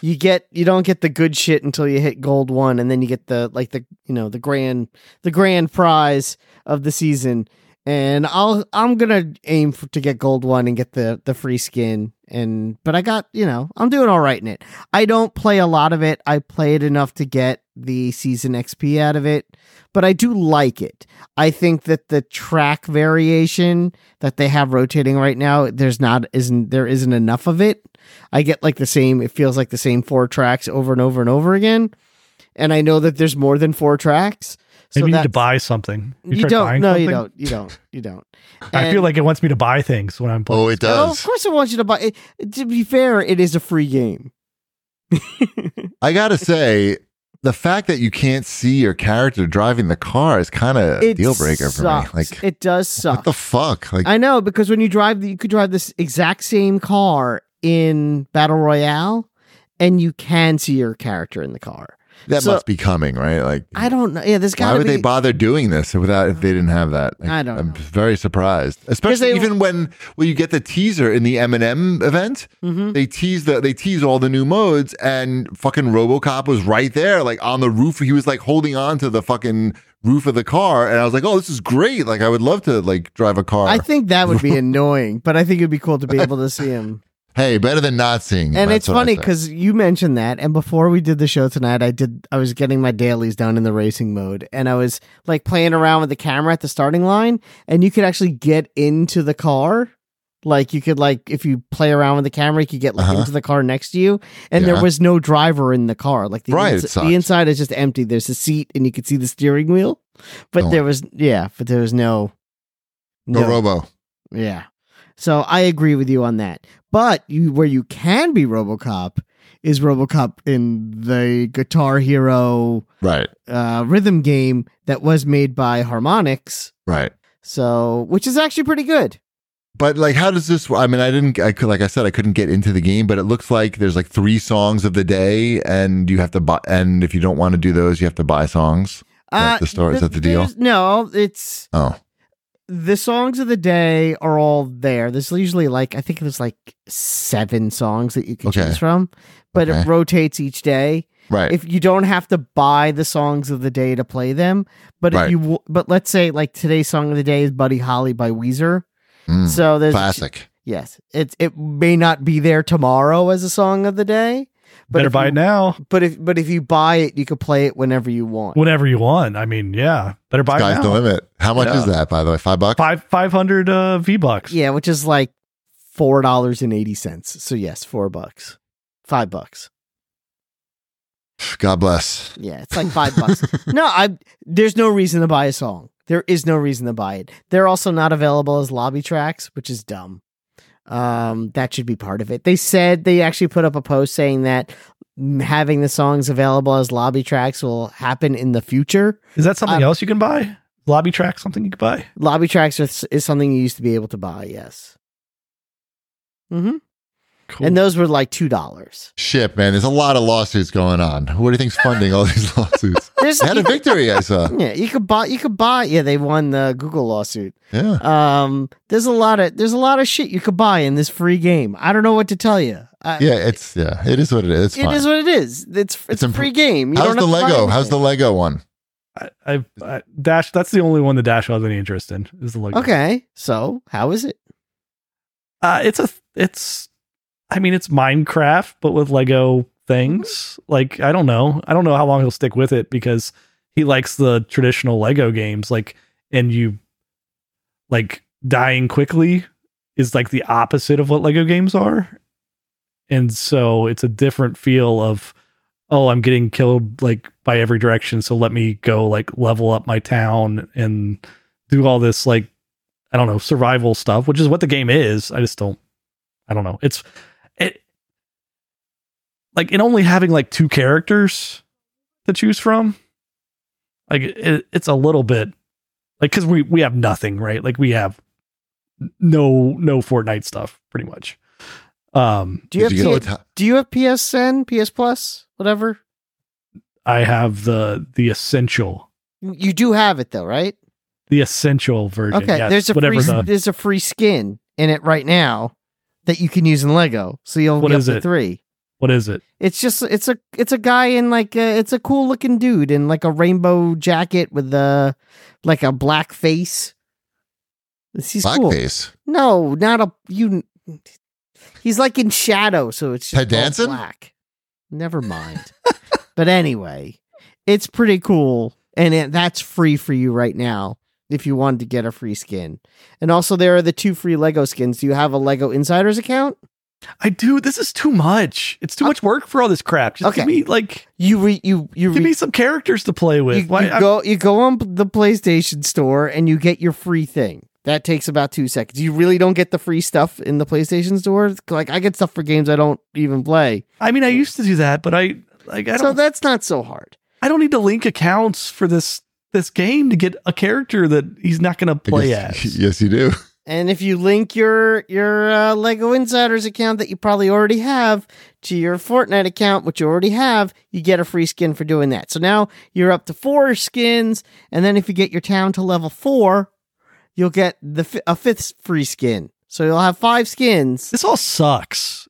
S3: You get you don't get the good shit until you hit gold one, and then you get the like the you know the grand the grand prize of the season. And I'll I'm gonna aim for, to get gold one and get the the free skin. And but I got you know I'm doing all right in it. I don't play a lot of it. I play it enough to get the season XP out of it, but I do like it. I think that the track variation that they have rotating right now there's not isn't there isn't enough of it i get like the same it feels like the same four tracks over and over and over again and i know that there's more than four tracks so
S4: Maybe you need to
S3: that's-
S4: buy something.
S3: you,
S4: tried
S3: don't
S4: buying
S3: no you
S4: something?
S3: don't you don't you don't
S4: I
S3: And-
S4: feel like it wants me to buy things when I'm playing.
S2: Oh, it
S3: oh, of
S2: does.
S3: course i want you to buy it to be fair it is a free game
S2: I gotta say, the fact that you can't see your character driving the car is kind of a
S3: it
S2: deal breaker for me.
S3: sucks.
S2: Like,
S3: it does suck
S2: what the fuck? Like,
S3: I know because when you drive, the- you could drive this exact same car in Battle Royale, and you can see your character in the car.
S2: that
S3: so-
S2: must be coming, right? Like,
S3: I don't know. Yeah, there's got
S2: why
S3: to
S2: would
S3: be.
S2: they bother doing this without if they didn't have that? Like,
S3: I don't
S2: I'm
S3: know.
S2: very surprised, especially
S3: they-
S2: even when well, you get the teaser in the Eminem event.
S3: Mhm.
S2: They tease the they tease all the new modes, and fucking RoboCop was right there, like on the roof. He was like holding on to the fucking roof of the car, and I was like, oh, this is great. Like, I would love to like drive a car.
S3: I think that would be annoying, but I think it'd be cool to be able to see him.
S2: hey, better than not seeing. him.
S3: And
S2: That's
S3: it's
S2: what I
S3: funny
S2: say.
S3: because you mentioned that, and before we did the show tonight, I did. I was getting my dailies done in the racing mode, and I was like playing around with the camera at the starting line, and you could actually get into the car. Like you could like if you play around with the camera, you could get like
S2: Uh-huh.
S3: into the car next to you, and
S2: Yeah.
S3: there was no driver in the car. Like the,
S2: Right,
S3: ins-
S2: it sucks.
S3: the inside is just empty. There's a seat, and you could see the steering wheel, but
S2: Oh.
S3: there was yeah, but there was no
S2: no Robo.
S3: yeah. So I agree with you on that. But you where you can be RoboCop is RoboCop in the Guitar Hero
S2: Right,
S3: uh, rhythm game that was made by Harmonix.
S2: right.
S3: So, which is actually pretty good.
S2: But like, how does this? I mean, I didn't. I could, like I said, I couldn't get into the game. But it looks like there's like three songs of the day, and you have to buy. And if you don't want to do those, you have to buy songs. That's the story- is that the deal?
S3: Uh, there's- No, it's
S2: Oh,
S3: the songs of the day are all there. There's usually like I think there's like seven songs that you can
S2: Okay.
S3: choose from, but it
S2: Okay.
S3: rotates each day.
S2: right.
S3: if you don't have to buy the songs of the day to play them but
S2: Right.
S3: if you w- but let's say like today's song of the day is buddy holly by weezer
S2: Mm,
S3: so there's
S2: classic.
S3: yes it's it may not be there tomorrow as a song of the day but
S4: Better
S3: if
S4: buy
S3: you,
S4: it now.
S3: but if but if you buy it you could play it whenever you want
S4: Whatever you want. I mean, yeah. Better buy it
S2: Sky's the
S4: now.
S2: limit. How much
S4: Yeah.
S2: is that, by the way? Five bucks.
S4: Five five hundred uh, V bucks.
S3: yeah which is like four dollars and eighty cents so yes four bucks five bucks.
S2: God bless.
S3: Yeah, it's like five bucks. No, I there's no reason to buy a song. There is no reason to buy it. They're also not available as lobby tracks, which is dumb. Um, that should be part of it. They said they actually put up a post saying that mm, having the songs available as lobby tracks will happen in the future.
S4: Is that something
S3: Um,
S4: else you can buy? Lobby track, something you can buy?
S3: Lobby tracks are, is something you used to be able to buy. Yes. Mm-hmm.
S4: Cool.
S3: And those were like two dollars.
S2: Shit, man. There's a lot of lawsuits going on. Who do you think's funding all these lawsuits?
S3: There's
S2: They had a
S3: you,
S2: victory, I saw.
S3: yeah, you could buy. You could buy. Yeah, they won the Google lawsuit.
S2: Yeah.
S3: Um, there's a lot of there's a lot of shit you could buy in this free game. I don't know what to tell you. I,
S2: Yeah, it's yeah, it is what it is. It's
S3: it
S2: fine.
S3: is what it is. It's it's,
S2: It's
S3: a
S2: imp-
S3: free game. You
S2: How's
S3: don't
S2: the
S3: have to buy
S2: Lego? How's the
S3: anything.
S2: Lego one?
S4: I, I, I Dash. That's the only one that Dash has any interest in. Is the Lego.
S3: Okay, so how is it?
S4: Uh, it's a. It's. I mean, it's Minecraft, but with Lego things. Like I don't know. I don't know how long he'll stick with it because he likes the traditional Lego games. Like and you, like dying quickly is like the opposite of what Lego games are, and so it's a different feel of. Oh, I'm getting killed like by every direction. So let me go like level up my town and do all this like I don't know, survival stuff, which is what the game is. I just don't I don't know. It's it like in only having like two characters to choose from, like it, it's a little bit like cuz we we have nothing, right? Like we have no no Fortnite stuff pretty much. Um
S3: Do you
S2: Did
S3: have
S2: you
S3: P-
S2: get the ti-
S3: do you have PSN, PS Plus, whatever?
S4: I have the the essential
S3: You do have it though, right?
S4: the essential version.
S3: Okay,
S4: yes,
S3: there's a
S4: whatever
S3: free
S4: the,
S3: there's a free skin in it right now that you can use in Lego. So you'll
S4: What
S3: be
S4: is
S3: up to
S4: it?
S3: three.
S4: what is it?
S3: It's just it's a it's a guy in like a, it's a cool looking dude in like a rainbow jacket with a like a black face. This- He's cool.
S2: Blackface.
S3: No, not a you. He's like in shadow, so it's just
S2: Ted
S3: all
S2: Danson?
S3: black. Never mind. but anyway, it's pretty cool, and it, that's free for you right now if you wanted to get a free skin. And also, there are the two free Lego skins. Do you have a Lego Insiders account?
S4: I do. This is too much. It's too much work for all this crap. Just give
S3: Uh, Okay.
S4: me like
S3: You re you you
S4: give
S3: re-
S4: me some characters to play with.
S3: You,
S4: Why-
S3: you
S4: I'm-
S3: go you go on the PlayStation store and you get your free thing. That takes about two seconds. You really don't get the free stuff in the PlayStation store. It's Like I get stuff for games I don't even play.
S4: I mean, I used to do that, but I like I
S3: So
S4: don't.
S3: that's not so hard.
S4: I don't need to link accounts for this this game to get a character that he's not going to
S2: I
S4: play
S2: guess-
S4: as.
S2: Yes, you do.
S3: And if you link your your uh, Lego Insiders account that you probably already have to your Fortnite account, which you already have, you get a free skin for doing that. So now you're up to four skins, and then if you get your town to level four, you'll get the fi- a fifth free skin. So you'll have five skins.
S4: This all sucks.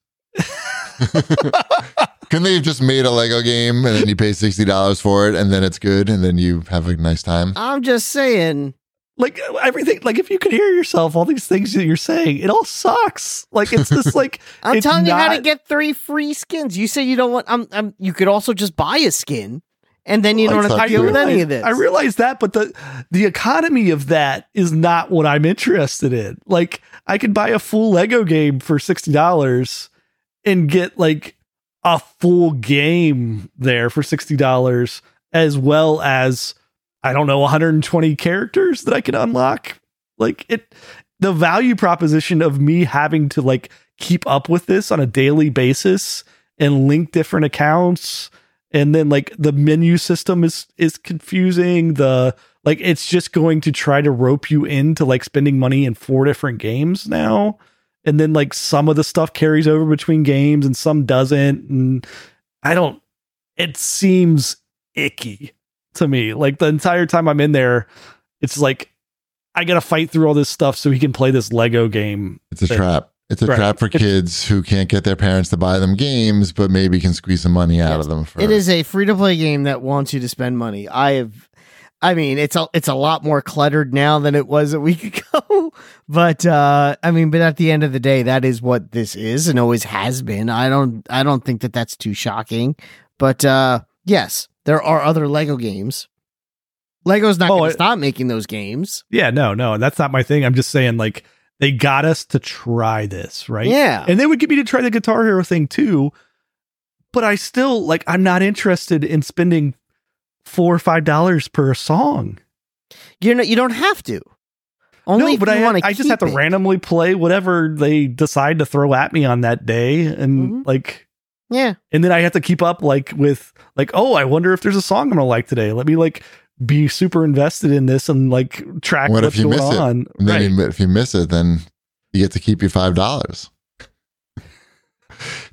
S2: Couldn't they have just made a Lego game and then you pay sixty dollars for it and then it's good and then you have a nice time?
S3: I'm just saying.
S4: Like everything. Like if you could hear yourself, all these things that you're saying, it all sucks. Like it's just like
S3: I'm
S4: It's
S3: telling you how to
S4: not-
S3: get three free skins. You say you don't want. I'm. I'm you could also just buy a skin, and then you
S2: Well,
S3: don't have
S2: I
S3: to deal with any of
S4: realize-
S3: this.
S4: I realize that, but the the economy of that is not what I'm interested in. Like I could buy a full Lego game for sixty dollars and get like a full game there for sixty dollars, as well as I don't know 120 characters that I can unlock. Like it, the value proposition of me having to like keep up with this on a daily basis and link different accounts and then like the menu system is is confusing the like it's just going to try to rope you into like spending money in four different games now and then like some of the stuff carries over between games and some doesn't and i don't it seems icky to me like the entire time i'm in there it's like i gotta fight through all this stuff so he can play this lego game
S2: It's a
S4: Right.
S2: trap. It's a
S4: Right.
S2: trap for
S4: It's-
S2: kids who can't get their parents to buy them games, but maybe can squeeze some money out of them. For,
S3: It is a free to play game that wants you to spend money. I have. I mean, it's a it's a lot more cluttered now than it was a week ago. But uh, I mean, but at the end of the day, that is what this is and always has been. I don't I don't think that that's too shocking. But uh, yes, there are other Lego games. Lego's not
S4: Oh,
S3: going
S4: I-
S3: to stop making those games.
S4: yeah no no that's not my thing i'm just saying like they got us to try this right
S3: Yeah.
S4: And they would get me to try the Guitar Hero thing too. but I still like I'm not interested in spending four or five dollars per song.
S3: You know, you don't have to. Only
S4: no, but
S3: if you
S4: I,
S3: want
S4: I just have to randomly play whatever they decide to throw at me on that day, and
S3: Mhm.
S4: like,
S3: Yeah,
S4: and then I have to keep up like with like, oh, I wonder if there's a song I'm gonna like today. Let me like be super invested in this and like track
S2: What if
S4: what's
S2: you
S4: going
S2: miss it?
S4: on.
S2: And then
S4: Right.
S2: you- if you miss it, then you get to keep your five dollars.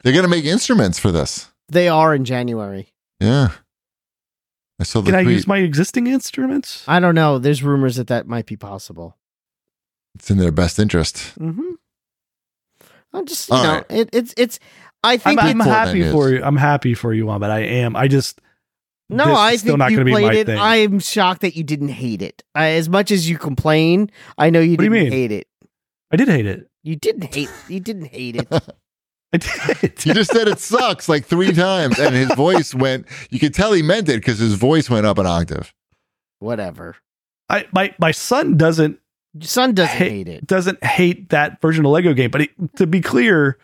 S2: They're gonna make instruments for this.
S3: they are in January.
S2: Yeah. I saw the
S4: Can I
S2: tweet.
S4: use my existing instruments?
S3: I don't know. There's rumors that that might be possible.
S2: it's in their best interest.
S3: Mm-hmm. I'm just, you
S2: All
S3: know,
S2: right.
S3: it, it's it's. I
S4: I'm,
S3: think
S4: I'm
S3: it,
S2: Fortnite
S4: happy
S2: is.
S4: for you. I'm happy for you, Mom, but I am. I just
S3: no.
S4: this is
S3: I
S4: still
S3: think
S4: not
S3: you
S4: gonna be my
S3: played it.
S4: thing.
S3: I'm shocked that you didn't hate it. I, as much as you complain, I know you
S4: What do you
S3: didn't
S4: mean?
S3: hate it.
S4: I did hate it.
S3: You didn't hate. You didn't hate it.
S4: I did.
S2: He just said it sucks like three times, and his voice went. You could tell he meant it because his voice went up an octave.
S3: Whatever.
S4: I my my son doesn't
S3: Your son doesn't
S4: Hey-
S3: hate it.
S4: doesn't hate that version of Lego game, but it, to be clear,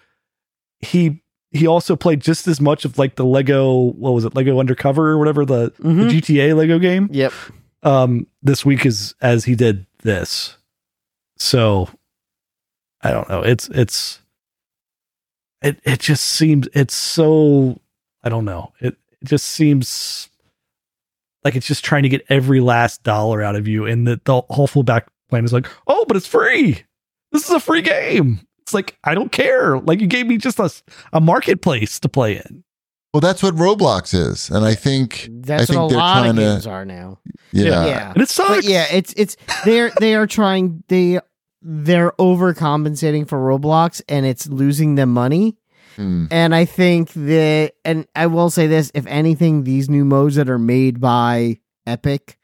S4: he he also played just as much of like the Lego what was it Lego Undercover or whatever the, the
S3: Mhm.
S4: GTA Lego game
S3: Yep.
S4: um this week as as he did this. So I don't know. It's it's it it just seems it's so I don't know. It it just seems like it's just trying to get every last dollar out of you and the, the whole fullback plan is like, "Oh, but it's free. This is a free game." It's like, "I don't care. Like you gave me just a a marketplace to play in."
S2: Well, that's what Roblox is, and I think,
S3: That's
S2: think
S3: what a
S2: they're
S3: lot of
S2: trying to-
S3: games are now.
S2: yeah,
S3: yeah.
S4: And it sucks.
S3: But yeah, it's it's they're they are trying they they're overcompensating for Roblox and it's losing them money.
S2: Hmm.
S3: And I think that and I will say this, if anything, these new modes that are made by Epic,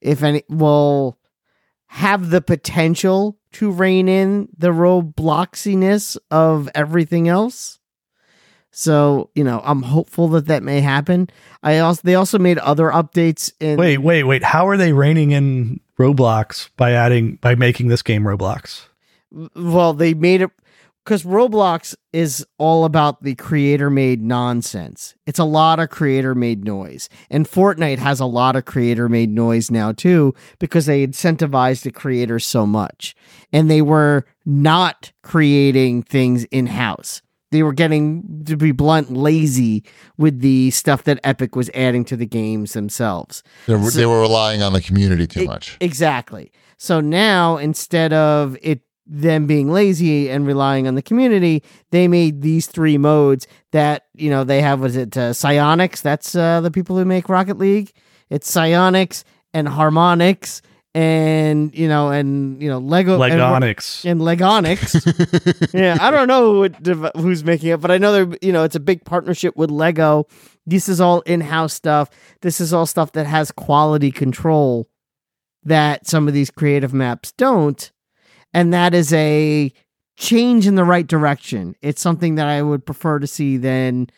S3: if any will have the potential to rein in the Robloxiness of everything else. So, you know, I'm hopeful that that may happen. I also they also made other updates in
S4: Wait, wait, wait. How are they reining in Roblox by adding by making this game Roblox?
S3: well they made it because roblox is all about the creator made nonsense it's a lot of creator made noise and fortnite has a lot of creator made noise now too because they incentivized the creators so much and they were not creating things in house they were getting to be blunt lazy with the stuff that epic was adding to the games themselves
S2: They're- they were relying on the community too much.
S3: Exactly. So now instead of it them being lazy and relying on the community, they made these three modes that you know they have. Was it uh, Psionics? That's uh, the people who make Rocket League. It's Psionics and Harmonics and you know and you know Lego and,
S4: Legonics.
S3: and Legonics. yeah, I don't know who would dev- who's making it, but I know they're you know it's a big partnership with Lego. This is all in-house stuff. This is all stuff that has quality control that some of these creative maps don't, and that is a change in the right direction. It's something that I would prefer to see than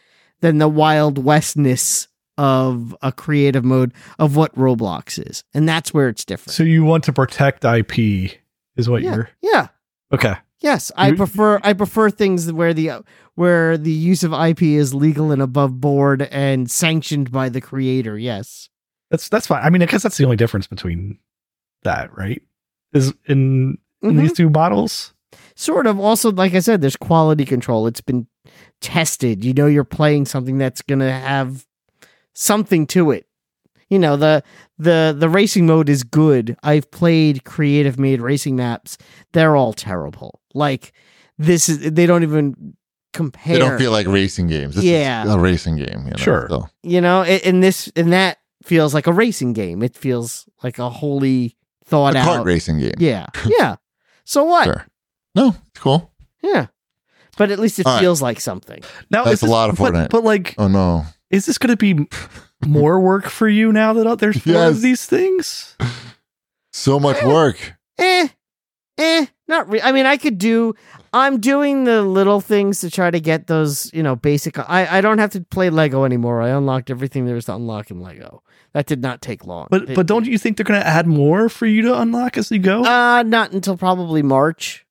S3: than the wild westness of a creative mode of what Roblox is, and that's where it's different.
S4: So you want to protect IP is what
S3: yeah,
S4: you're
S3: yeah.
S4: Okay.
S3: Yes, I
S4: You-
S3: prefer I prefer things where the where the use of IP is legal and above board and sanctioned by the creator. Yes.
S4: That's that's fine. I mean, I guess that's the only difference between that, right? Is in,
S2: Mm-hmm.
S4: in
S3: Mhm.
S4: these two models.
S3: Sort of also like I said there's quality control. It's been tested. You know you're playing something that's going to have something to it. You know the the the racing mode is good. I've played creative made racing maps. They're all terrible. Like this is they don't even compare.
S2: They don't feel like racing games. This
S3: Yeah.
S2: is a racing game. You know,
S4: Sure.
S2: so.
S3: you know a- and this and that feels like a racing game it feels like a wholly thought
S2: a kart
S3: out
S2: racing game.
S3: yeah yeah so what
S2: Sure. No, it's cool.
S3: yeah but at least it
S2: All right.
S3: feels like something
S4: Now
S2: That's
S4: is this-
S2: a lot of
S4: but,
S2: Fortnite.
S4: but like,
S2: Oh no.
S4: is this going to be more work for you now that there's more
S2: Yes.
S4: of these things?
S2: So much work.
S3: eh eh not re- i mean i could do i'm doing the little things to try to get those you know basic i i don't have to play lego anymore i unlocked everything there was to unlock in lego that did not take long
S4: But
S3: It-
S4: but don't you think they're going to add more for you to unlock as you go?
S3: uh not until probably march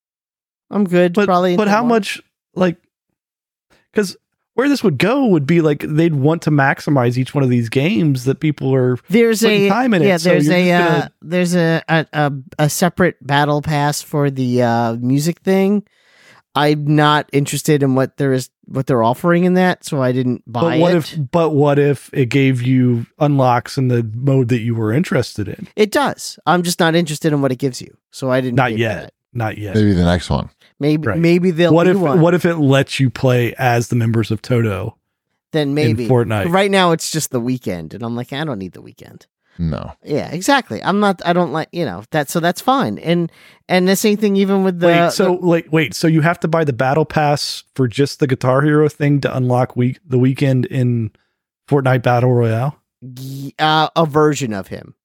S3: i'm good
S4: but
S3: probably
S4: but
S3: until
S4: how
S3: March.
S4: much like because where this would go would be like they'd want to maximize each one of these games that people are
S3: There's
S4: putting
S3: a
S4: time in it,
S3: yeah.
S4: so
S3: There's
S4: you're
S3: a,
S4: just
S3: uh,
S4: gonna-
S3: there's a, a a a separate battle pass for the uh, music thing. I'm not interested in what there is what they're offering in that, so I didn't buy
S4: but what
S3: it.
S4: if but what if it gave you unlocks in the mode that you were interested in
S3: it does. I'm just not interested in what it gives you, so I didn't.
S4: not
S3: pay for
S4: yet
S3: that.
S4: not yet
S2: Maybe the next one.
S3: Maybe
S4: Right.
S3: maybe they'll
S4: what
S3: do
S4: if
S3: one.
S4: what if it lets you play as the members of toto
S3: then maybe
S4: in fortnite
S3: Right now, it's just the weekend, and I'm like, I don't need the weekend.
S2: No.
S3: Yeah, exactly. I'm not. I don't like you know that. So that's fine. And and the same thing even with the
S4: wait so like wait so you have to buy the battle pass for just the guitar hero thing to unlock week the weekend in fortnite battle royale
S3: y- uh, a version of him.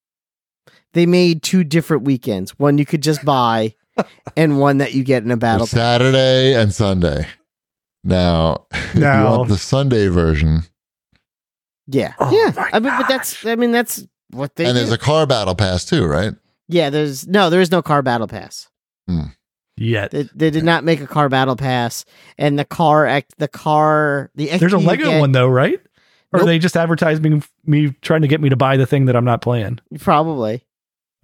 S3: They made two different weekends: one you could just buy, and one that you get in a battle.
S2: There's Saturday and Sunday. Now, if you
S4: Now-
S2: want the Sunday version,
S3: yeah,
S4: Oh
S3: yeah.
S4: my
S3: I mean, but that's. I mean, that's what they.
S2: and there's
S3: do.
S2: a car battle pass too, right?
S3: yeah, there's no. There is no car battle pass.
S4: yet
S3: They, they did not make a car battle pass, and the car act. The car. The
S4: There's a
S3: XP you
S4: Lego
S3: get-
S4: one though, right? Or
S3: Nope.
S4: are they just advertising me trying to get me to buy the thing that I'm not playing?
S3: probably.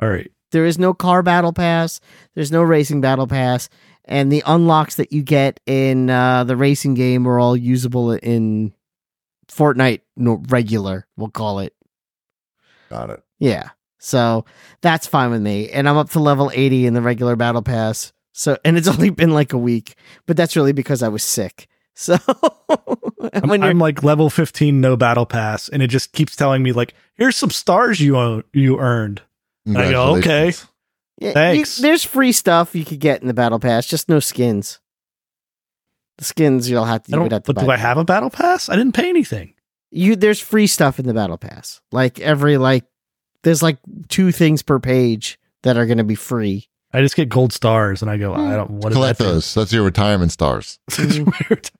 S4: All right.
S3: There is no car battle pass. There's no racing battle pass, and the unlocks that you get in uh, the racing game are all usable in Fortnite no, regular. We'll call it.
S2: Got it.
S3: Yeah. So that's fine with me, and I'm up to level 80 in the regular battle pass. So and it's only been like a week, but that's really because I was sick. So
S4: I'm,
S3: when you're
S4: I'm like level 15 no battle pass and it just keeps telling me like here's some stars you own, you earned. I go,
S2: Mm-hmm.
S4: okay.
S2: Congratulations.
S3: Yeah, you-
S4: Thanks.
S3: there's free stuff you could get in the battle pass, just no skins. The skins you'll have to.
S4: I
S3: You
S4: don't
S3: would have to
S4: but do
S3: buy.
S4: I have a battle pass? I didn't pay anything.
S3: You there's free stuff in the battle pass. Like every like, there's like two things per page that are going to be free.
S4: I just get gold stars and I go
S3: Hmm.
S4: I don't what
S2: Collect
S4: is that
S2: those. That's your retirement stars.
S4: thing? It's
S3: Mm-hmm.
S4: weird.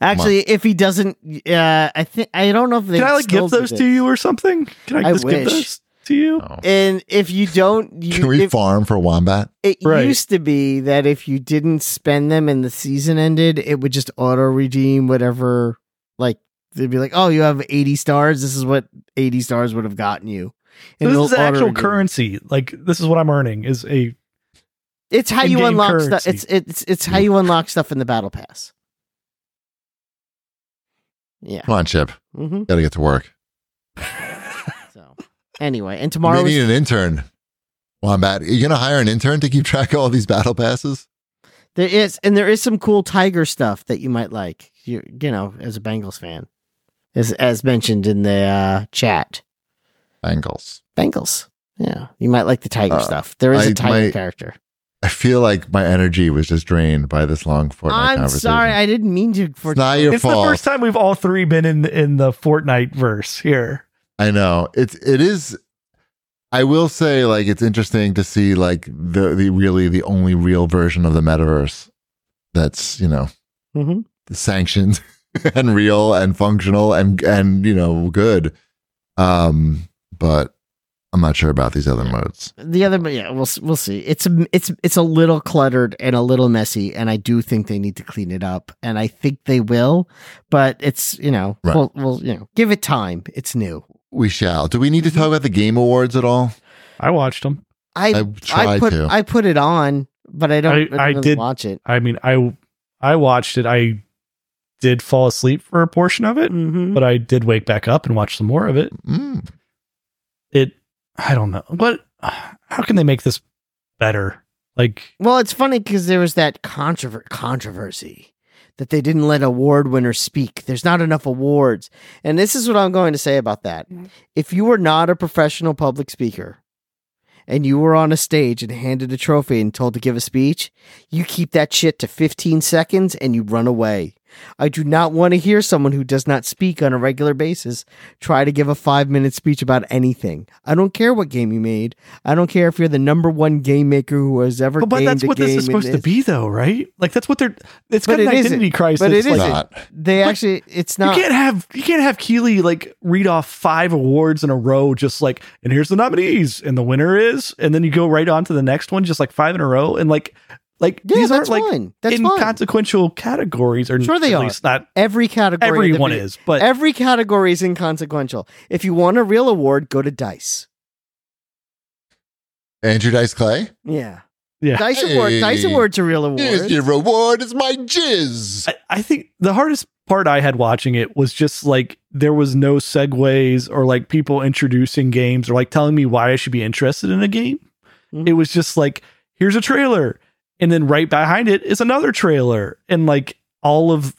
S3: Actually, if he doesn't, uh, I think I don't know if they
S4: Can I like
S3: still
S4: give
S3: do
S4: those
S3: this.
S4: to you or something? Can I,
S3: I
S4: just give
S3: wish.
S4: those to you?
S2: No.
S3: And if you don't, you,
S2: Can we
S3: if-
S2: farm for wombat?
S3: it
S4: Right.
S3: used to be that if you didn't spend them and the season ended, it would just auto redeem whatever. Like they'd be like, "Oh, you have eighty stars. This is what eighty stars would have gotten you."
S4: So this
S3: it'll
S4: is actual
S3: auto-redeem.
S4: currency. Like this is what I'm earning is a
S3: It's how you
S4: in-game
S3: unlock stuff.
S4: currency.
S3: It's it's it's how you unlock stuff in the battle pass. Yeah.
S2: Come on, Chip.
S3: hmm
S2: Got to get to work.
S3: So anyway, and
S2: We
S3: tomorrow
S2: need an intern. Wombat, are you gonna hire an intern to keep track of all these battle passes?
S3: there is and there is some cool tiger stuff that you might like. You you know as a Bengals fan, as as mentioned in the uh, chat.
S2: Bengals.
S3: Bengals. Yeah, you might like the tiger
S2: Uh,
S3: stuff. There is a
S2: I-
S3: tiger
S2: my-
S3: character.
S2: I feel like my energy was just drained by this long Fortnite
S3: I'm
S2: conversation.
S3: sorry, I didn't mean to. For
S2: it's not your
S4: it's
S2: fault.
S4: the first time we've all three been in in the Fortnite verse here.
S2: I know it's it is. I will say, like, it's interesting to see like the the really the only real version of the metaverse that's you know
S3: Mhm.
S2: sanctioned and real and functional and and you know good. Um, but I'm not sure about these other modes.
S3: the other, yeah, we'll s- we'll see. It's a it's it's a little cluttered and a little messy, and I do think they need to clean it up, and I think they will. But it's you know
S2: Right.
S3: we'll we'll you know give it time. It's new.
S2: We shall. Do we need to talk about the game awards at all?
S4: I watched them.
S3: Mm-hmm. I
S2: I
S3: I
S2: tried
S3: put
S2: to.
S3: I put it on, but I don't.
S4: I- I
S3: didn't
S4: did-
S3: watch it.
S4: I mean, I I watched it. I did fall asleep for a portion of it,
S3: Mm-hmm.
S4: but I did wake back up and watch some more of it.
S2: Mm.
S4: It I don't know. What how can they make this better? Like
S3: Well, it's funny because there was that controver- controversy that they didn't let award winners speak. There's not enough awards. And this is what I'm going to say about that. If you were not a professional public speaker and you were on a stage and handed a trophy and told to give a speech, you keep that shit to 15 seconds and you run away. I do not want to hear someone who does not speak on a regular basis try to give a five minute speech about anything. I don't care what game you made. I don't care if you're the number one game maker who has ever.
S4: but, but
S3: gamed
S4: that's
S3: a
S4: what this
S3: game
S4: is
S3: in
S4: supposed to
S3: this.
S4: be though, right? Like that's what they're it's
S3: But
S4: got an
S3: it isn't.
S4: identity crisis.
S3: But it
S4: like,
S3: isn't.
S2: Not.
S3: They
S4: But-
S3: actually, it's
S4: You
S3: not.
S4: can't have you can't have Keeley like read off five awards in a row, just like and here's the nominees and the winner is, and then you go right on to the next one, just like five in a row, and like Like
S3: Yeah,
S4: these aren't
S3: that's
S4: like
S3: fine. That's fine.
S4: inconsequential categories, or
S3: Sure they
S4: at
S3: are.
S4: least not
S3: Every category. of the
S4: everyone
S3: video-
S4: is. But
S3: Every category is inconsequential. If you want a real award, go to Dice.
S2: Andrew Dice Clay.
S3: Yeah.
S4: Yeah.
S3: Dice Award. Dice
S2: Hey.
S3: Award's a real
S2: Here's
S3: award.
S2: your reward. It's my jizz.
S4: I, I think the hardest part I had watching it was just like there was no segues or like people introducing games or like telling me why I should be interested in a game.
S3: Mhm.
S4: It was just like, here's a trailer. And then right behind it is another trailer. And like all of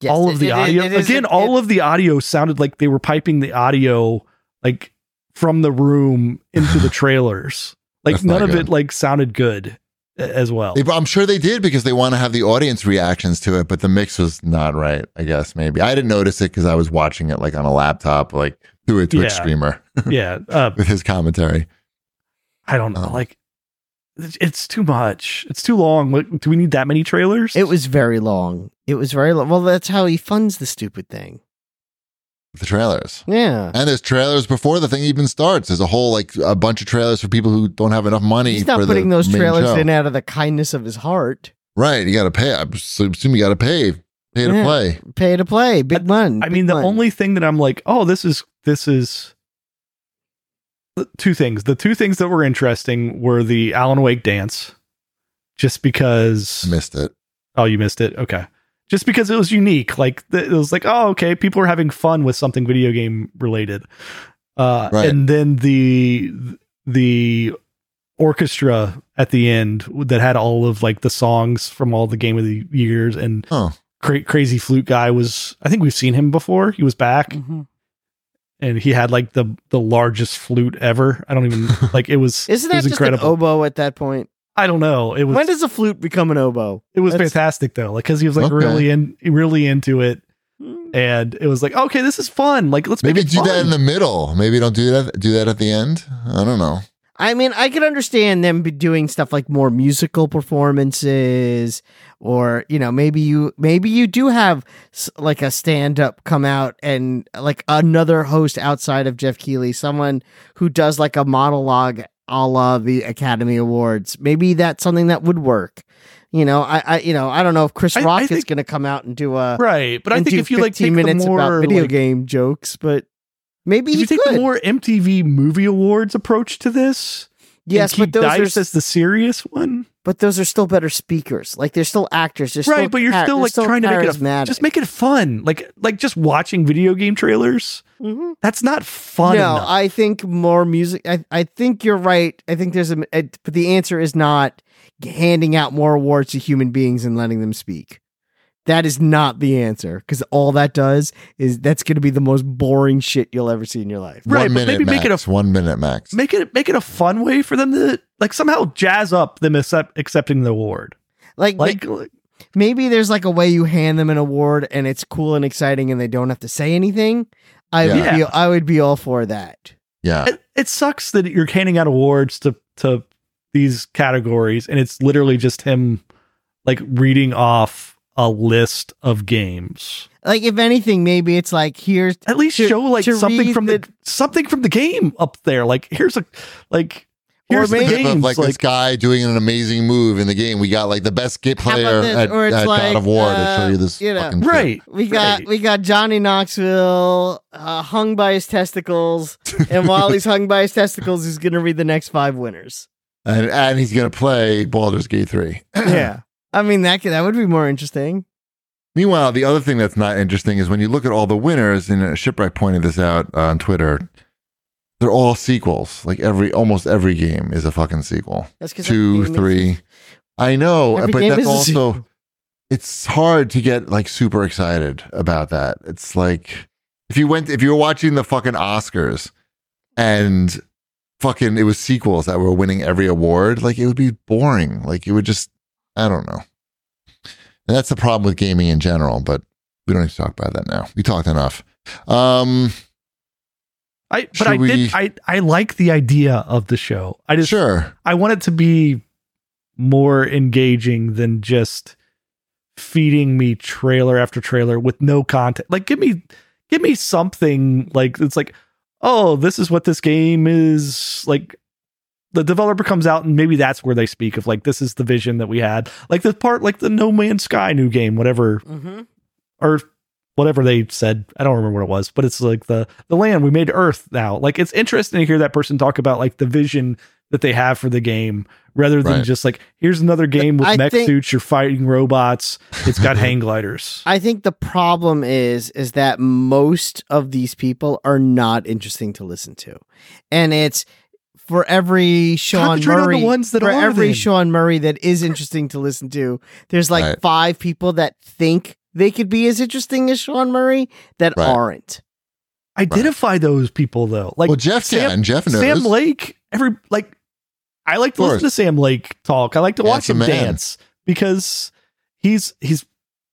S3: Yes,
S4: all of
S3: it-
S4: the
S3: it-
S4: audio
S3: it is-
S4: again,
S3: it-
S4: all of the audio sounded like they were piping the audio like from the room into the trailers. Like
S2: That's not
S4: none of
S2: good.
S4: it like sounded good a- as well.
S2: They- I'm sure they did because they want to have the audience reactions to it, but the mix was not right. I guess maybe I didn't notice it because I was watching it like on a laptop, like through a Twitch
S4: Yeah.
S2: streamer
S4: yeah. Uh,
S2: with his commentary.
S4: I don't know.
S3: Uh-huh.
S2: Um,
S4: like, it's it's too much. It's too long. Like, do we need that many trailers?
S3: It was very long. It was very long. Well, that's how he funds the stupid thing.
S2: The trailers.
S3: Yeah.
S2: And there's trailers before the thing even starts. There's a whole like a bunch of trailers for people who don't have enough money.
S3: He's not
S2: for
S3: putting
S2: the
S3: those
S2: main
S3: trailers
S2: show.
S3: in out of the kindness of his heart.
S2: Right, you got to pay. I assume assume you got to pay, pay to
S3: Yeah.
S2: play.
S3: Pay to play. Big one.
S4: I
S3: big
S4: mean, the
S3: one.
S4: only thing that I'm like, oh, this is this is two things. The two things that were interesting were the Alan Wake dance, just because.
S2: Missed it.
S4: Oh, you missed it. Okay, just because it was unique. Like th- it was like, oh, okay, people are having fun with something video game related. Uh,
S2: Right.
S4: And then the the orchestra at the end that had all of like the songs from all the game of the years and
S2: Oh.
S4: cra- crazy flute guy was I think we've seen him before. He was back
S3: Mhm.
S4: and he had like the the largest flute ever. I don't even like it was
S3: Isn't
S4: it
S3: that
S4: was
S3: just
S4: incredible.
S3: an oboe at that point?
S4: I don't know. It was
S3: when does a flute become an oboe?
S4: it was
S3: That's-
S4: fantastic though. Like cuz he was like
S2: Okay.
S4: really in really into it and it was like okay, this is fun. Like let's
S2: Maybe
S4: make it
S2: do that
S4: fun.
S2: in the middle. Maybe don't do that. Do that at the end. I don't know.
S3: I mean, I could understand them be doing stuff like more musical performances, or you know, maybe you maybe you do have s- like a stand up come out and like another host outside of Jeff Keeley, someone who does like a monologue a la the Academy Awards. Maybe that's something that would work. You know, I, I you know I don't know if Chris
S4: I- I
S3: Rock is
S4: think-
S3: going to come out and do a
S4: right. But I
S3: and
S4: think
S3: do
S4: if you like
S3: 15
S4: take
S3: minutes
S4: the more
S3: about video
S4: like,
S3: game jokes, but maybe
S4: if
S3: he
S4: you take
S3: could.
S4: the more MTV Movie Awards approach to this, and
S3: yes, but
S4: keep
S3: those are
S4: Dice as the serious one.
S3: but those are still better speakers. Like they're still actors. They're still
S4: right, but you're
S3: char-
S4: still
S3: they're
S4: like trying to make it a,
S3: charismatic.
S4: just make it fun. Like like just watching video game trailers.
S3: Mhm.
S4: That's not fun.
S3: No,
S4: enough.
S3: I think more music. I, I think you're right. I think there's a, a- but the answer is not handing out more awards to human beings and letting them speak. That is not the answer because all that does is that's going to be the most boring shit you'll ever see in your life.
S4: Right,
S2: one
S4: but
S2: minute
S4: maybe
S2: max.
S4: make it a-
S2: one minute max.
S4: make it make it a fun way for them to like somehow jazz up them accept, accepting the award.
S3: Like,
S4: Like
S3: maybe there's like a way you hand them an award and it's cool and exciting and they don't have to say anything. I would
S4: Yeah.
S3: be, I would be all for that.
S2: yeah.
S4: it, it sucks that you're handing out awards to to these categories and it's literally just him like reading off a list of games.
S3: Like if anything, maybe it's like here's
S4: At least
S3: To-
S4: show like
S3: to
S4: something
S3: read
S4: from the, something from the game up there. Like here's a like
S3: Or
S4: here's the
S3: maybe-
S2: Clip of,
S4: games
S2: like, this guy doing an amazing move in the game. We got like the best git
S3: How about
S2: player
S3: this?
S2: at,
S3: Or it's
S2: at
S3: like,
S2: God of War to
S3: uh,
S2: show you this
S3: you know,
S2: fucking shit.
S4: right.
S3: We got
S4: Right.
S3: we got Johnny Knoxville uh, hung by his testicles, and while he's hung by his testicles, he's gonna read the next five winners.
S2: And and he's gonna play Baldur's Gate three.
S3: yeah, I mean that could, that would be more interesting.
S2: Meanwhile, the other thing that's not interesting is when you look at all the winners, and uh, Shipwreck pointed this out on Twitter. They're all sequels. Like every almost every game is a fucking sequel.
S3: That's because
S2: Two, three. I know,
S3: Every
S2: but
S3: game
S2: that's
S3: is a
S2: also it's hard to get like super excited about that. It's like if you went if you were watching the fucking Oscars and fucking it was sequels that were winning every award, like it would be boring. Like it would just I don't know. And that's the problem with gaming in general, but we don't need to talk about that now. We talked enough. Um
S4: I but
S2: Should
S4: I
S2: we-
S4: did I I like the idea of the show. I just
S2: sure.
S4: I want it to be more engaging than just feeding me trailer after trailer with no content. Like give me give me something like it's like, oh, this is what this game is like the developer comes out and maybe that's where they speak of like this is the vision that we had like the part like the no man's sky new game whatever
S3: Mm-hmm.
S4: or whatever they said i don't remember what it was but it's like the the land we made earth now like it's interesting to hear that person talk about like the vision that they have for the game rather than
S2: Right.
S4: just like here's another game with
S3: I
S4: mech
S3: think-
S4: suits you're fighting robots it's got hang gliders
S3: I think the problem is is that most of these people are not interesting to listen to, and it's for every Sean
S4: Concentrate on the
S3: Murray,
S4: ones that
S3: for
S4: are,
S3: every
S4: then.
S3: Sean Murray that is interesting to listen to, there's like
S2: Right.
S3: five people that think they could be as interesting as Sean Murray that
S2: Right.
S3: aren't.
S4: identify those people though like
S2: well, Jeff
S4: Sam-
S2: can. Jeff knows.
S4: Sam Lake, every like I like to
S2: Of
S4: listen to Sam Lake talk. I like to watch
S2: Handsome
S4: him
S2: man.
S4: dance because he's he's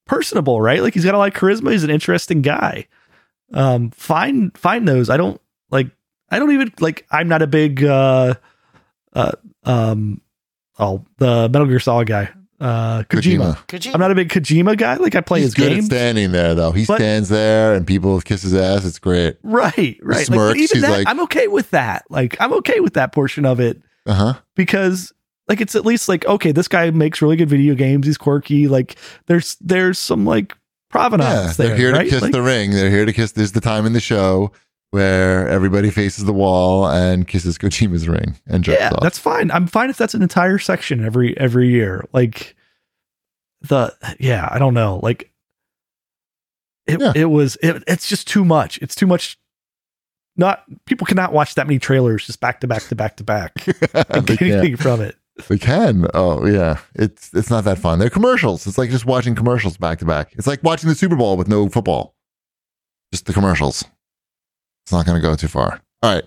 S4: personable, right? Like he's got a lot of charisma. He's an interesting guy. Um, find find those. I don't like. I don't even like. I'm not a big uh, uh, um, oh the Metal Gear Solid guy, uh, Kojima.
S2: Kojima.
S3: Could you?
S4: I'm not a big Kojima guy. Like I play
S2: He's
S4: his
S2: good at
S4: games.
S2: standing there though. He
S4: But-
S2: stands there and people kiss his ass. It's great.
S4: Right, right. Like, but
S2: smirks.
S4: even
S2: He's
S4: that,
S2: like-
S4: I'm okay with that. Like, I'm okay with that portion of it.
S2: Uh huh.
S4: because like it's at least like okay this guy makes really good video games he's quirky like there's there's some like provenance
S2: Yeah,
S4: there
S2: they're here
S4: right?
S2: to kiss
S4: Like,
S2: the ring. They're here to kiss. There's the time in the show where everybody faces the wall and kisses Kojima's ring and jerks
S4: yeah
S2: off.
S4: that's fine i'm fine if that's an entire section every every year like the yeah i don't know like it,
S2: Yeah.
S4: it was it, it's just too much it's too much not people cannot watch that many trailers just back to back to back to back and
S2: they,
S4: get
S2: can.
S4: anything from it
S2: they can. Oh yeah, it's it's not that fun. They're commercials. It's like just watching commercials back to back. It's like watching the Super Bowl with no football, just the commercials. It's not going to go too far. All right,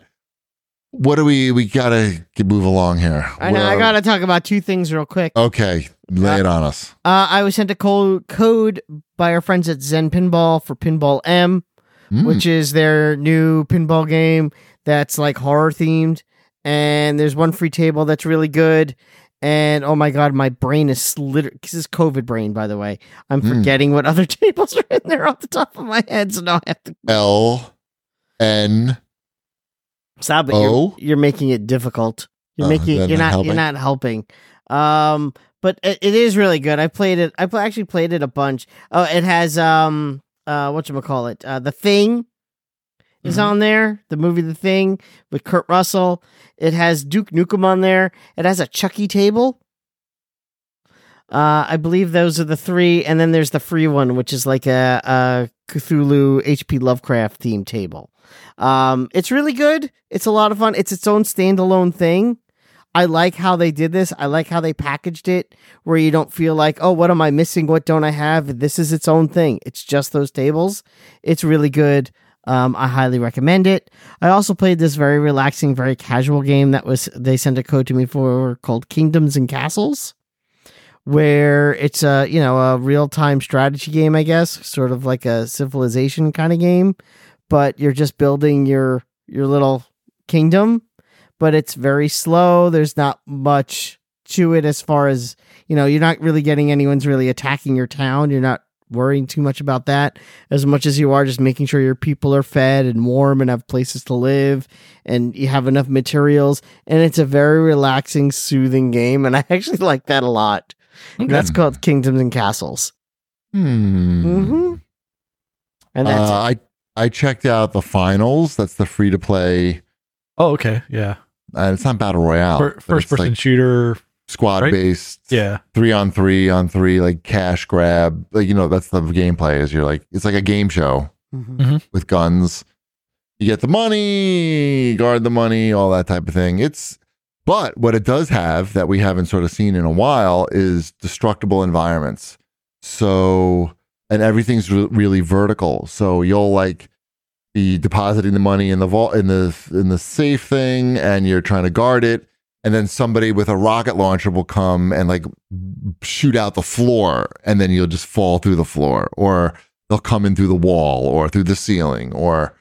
S2: what do we we gotta get- move along here?
S3: I know. I
S2: Where-
S3: gotta talk about two things real quick.
S2: Okay, lay it on us.
S3: Uh, I was sent a code, code by our friends at Zen Pinball for Pinball M,
S2: Mm,
S3: which is their new pinball game that's like horror themed. And there's one free table that's really good. And oh my god, my brain is literally this is COVID brain, by the way. I'm
S2: Mm.
S3: forgetting what other tables are in there off the top of my head, so now I have to
S2: L N.
S3: stop it.
S2: Oh?
S3: You're, you're making it difficult. You're
S2: Oh,
S3: making
S2: is that
S3: you're
S2: not
S3: not you're
S2: helping?
S3: not helping. Um, but it, it is really good. I played it. I pl- actually played it a bunch. Oh, it has um uh what you call it? Uh, the Thing is
S2: Mm-hmm.
S4: Mhm.
S3: on there. The movie The Thing with Kurt Russell. It has Duke Nukem on there. It has a Chucky table. Uh, I believe those are the three, and then there's the free one, which is like a, a Cthulhu H.P. Lovecraft themed table. Um, it's really good. It's a lot of fun. It's its own standalone thing. I like how they did this. I like how they packaged it, where you don't feel like, oh, what am I missing? What don't I have? This is its own thing. It's just those tables. It's really good. Um, I highly recommend it. I also played this very relaxing, very casual game that was they sent a code to me for called Kingdoms and Castles, where it's a you know a real time strategy game, I guess, sort of like a civilization kind of game, but you're just building your your little kingdom but it's very slow. There's not much to it as far as, you know, you're not really getting anyone's really attacking your town. You're not worrying too much about that as much as you are just making sure your people are fed and warm and have places to live and you have enough materials. And it's a very relaxing, soothing game. And I actually like that a lot. And That's called Kingdoms and Castles.
S2: Hmm.
S3: hmm And that's
S2: Uh, I I checked out the finals. That's the free to play,
S4: oh okay yeah
S2: and it's not battle royale.
S4: Fir-
S2: but
S4: first
S2: it's
S4: person
S2: like
S4: shooter
S2: squad
S4: right?
S2: based.
S4: yeah
S2: three on three on three, like cash grab. Like you know, that's the gameplay. Is you're like it's like a game show
S3: Mhm.
S2: with guns. You get the money, guard the money, all that type of thing. It's but what it does have that we haven't sort of seen in a while is destructible environments. So and everything's re- really vertical. So you'll like be depositing the money in the vault in the in the safe thing and you're trying to guard it and then somebody with a rocket launcher will come and like shoot out the floor and then you'll just fall through the floor or they'll come in through the wall or through the ceiling or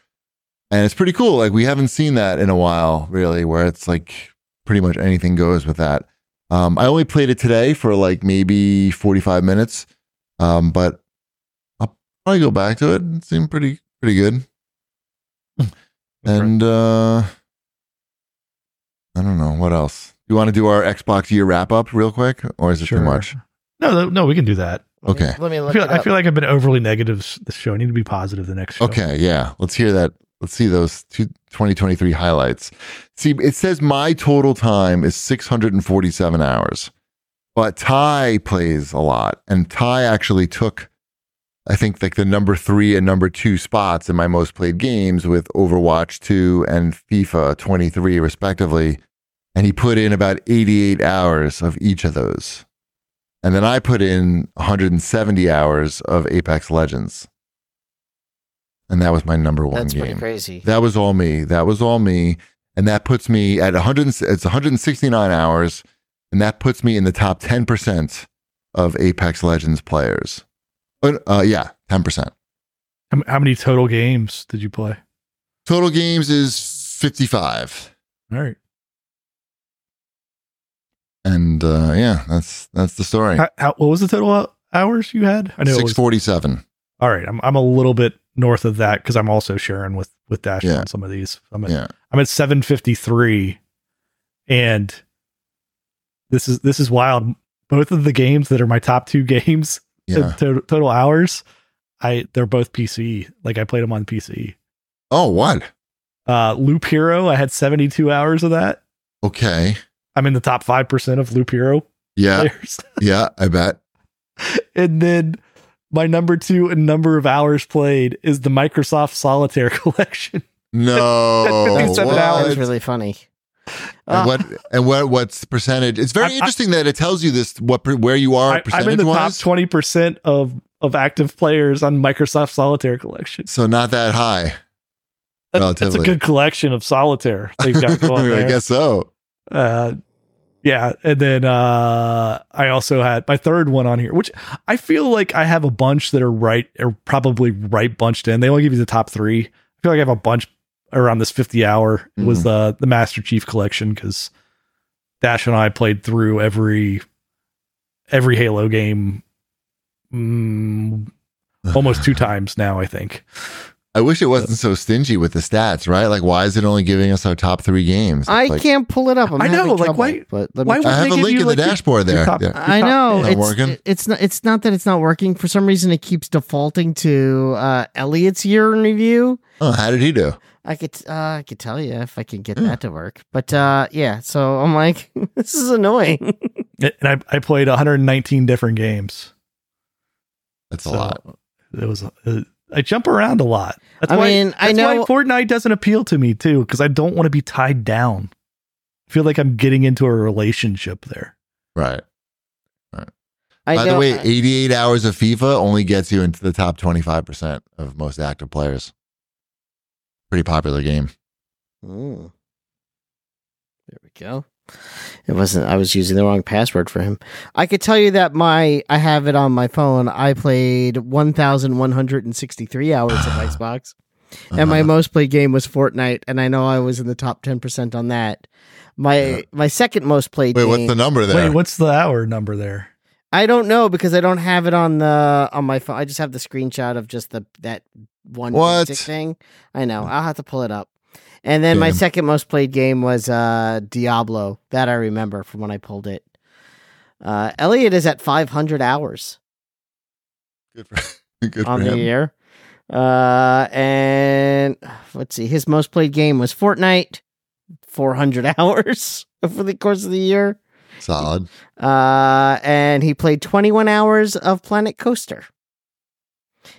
S2: and it's pretty cool like we haven't seen that in a while really where it's like pretty much anything goes with that um, i only played it today for like maybe 45 minutes um, but i'll probably go back to it it seemed pretty pretty good and uh I don't know what else. You want to do our Xbox year wrap up real quick, or is it too much?
S4: No, th- no, we can do that.
S3: Let me-
S2: Okay.
S3: Let me
S4: I
S3: look
S4: feel,
S3: it
S4: I
S2: uh,
S3: up.
S4: feel like I've been overly negative s- this show. I need to be positive the next show.
S2: Okay, yeah. Let's hear that. Let's see those two, 2023 highlights. See, it says my total time is 647 hours, but Ty plays a lot. And Ty actually took, I think, like the number three and number two spots in my most played games with Overwatch 2 and FIFA 23, respectively. And he put in about 88 hours of each of those. And then I put in 170 hours of Apex Legends. And that was my number one
S3: That's pretty
S2: game.
S3: crazy.
S2: That was all me. That was all me. And that puts me at 100, and- it's 169 hours. And that puts me in the top 10% of Apex Legends players. But, uh, yeah, 10%.
S4: How, m- how many total games did you play?
S2: Total games is 55.
S4: All right.
S2: And uh, yeah, that's that's the story.
S4: How, how, what was the total hou- hours you had? I know it was
S2: 647.
S4: All right, I'm I'm a little bit north of that because I'm also sharing with with Dash
S2: Yeah.
S4: on some of these. I'm at
S2: Yeah.
S4: I'm at 753, and this is this is wild. Both of the games that are my top two games in
S2: Yeah.
S4: to- total hours, I they're both PC. Like I played them on PC.
S2: Oh, what?
S4: Uh, Loop Hero, I had 72 hours of that.
S2: Okay.
S4: I'm in the top five percent of Loop Hero
S2: Yeah.
S4: players.
S2: Yeah. I bet.
S4: and then my number two and number of hours played is the Microsoft Solitaire Collection.
S2: No.
S4: That's 57
S2: what?
S4: hours.
S3: That's really funny.
S2: And what and what what's percentage? It's very
S4: I- I-
S2: interesting that it tells you this what per- where you are
S4: I, am in
S2: percentage
S4: the top
S2: wise.
S4: twenty percent of of active players on Microsoft Solitaire collection.
S2: So not that high.
S4: That- that's a
S2: Relatively.
S4: good collection of Solitaire they've got going
S2: I
S4: there.
S2: guess so.
S4: Uh, yeah, and then uh, I also had my third one on here, which I feel like I have a bunch that are right, are probably right bunched in. They only give you the top three. I feel like I have a bunch around this fifty hour It was the the Master Chief collection because Dash and I played through every every Halo game. mm, almost two times now, I think.
S2: I wish it wasn't so stingy with the stats, right? Like, why is it only giving us our top three games?
S3: I
S2: Like,
S3: can't pull it up. I'm
S4: I know,
S3: having
S4: like,
S3: trouble,
S4: why-
S3: But let me
S4: why
S3: try.
S4: would
S2: I have
S4: they
S2: a
S4: give
S2: link
S4: you,
S2: in
S4: like,
S2: the
S4: your-
S2: dashboard
S4: your
S2: there.
S4: top-
S2: Yeah.
S4: It's
S3: I
S4: not-
S3: know
S4: it's
S2: not
S3: it's
S2: working.
S3: it's not it's not that it's not working. For some reason, it keeps defaulting to uh, Elliot's year in review.
S2: Oh, how did he do?
S3: I could uh, I could tell you if I can get
S2: Hmm.
S3: that to work, but uh, yeah. So I'm like, this is annoying.
S4: And I, I played 119 different games.
S2: That's a
S4: So,
S2: lot.
S4: It was. Uh, I jump around a lot. That's
S3: I
S4: why,
S3: mean, I
S4: that's
S3: know-
S4: why Fortnite doesn't appeal to me too, because I don't want to be tied down. I feel like I'm getting into a relationship there.
S2: Right.
S3: I
S2: By
S3: know,
S2: the way,
S3: I-
S2: 88 hours of FIFA only gets you into the top 25% of most active players. Pretty popular game.
S3: Mm. There we go. It wasn't. I was using the wrong password for him. I could tell you that my I have it on my phone. I played one thousand one hundred and sixty three hours of Xbox, and my
S2: Uh-huh.
S3: most played game was Fortnite, and I know I was in the top ten percent on that. My
S2: Yeah.
S3: my second most played.
S2: Wait,
S3: game,
S2: what's the number there?
S4: Wait, what's the hour number there?
S3: I don't know because I don't have it on the on my phone. I just have the screenshot of just the that one
S2: What?
S3: basic thing. I know. I'll have to pull it up. And then my
S2: Damn.
S3: second most played game was uh Diablo. That I remember from when I pulled it. Uh Elliot is at 500 hours
S2: Good for, good for
S3: on the
S2: him.
S3: year. Uh and let's see. His most played game was Fortnite, 400 hours over the course of the year.
S2: Solid.
S3: Uh, and he played 21 hours of Planet Coaster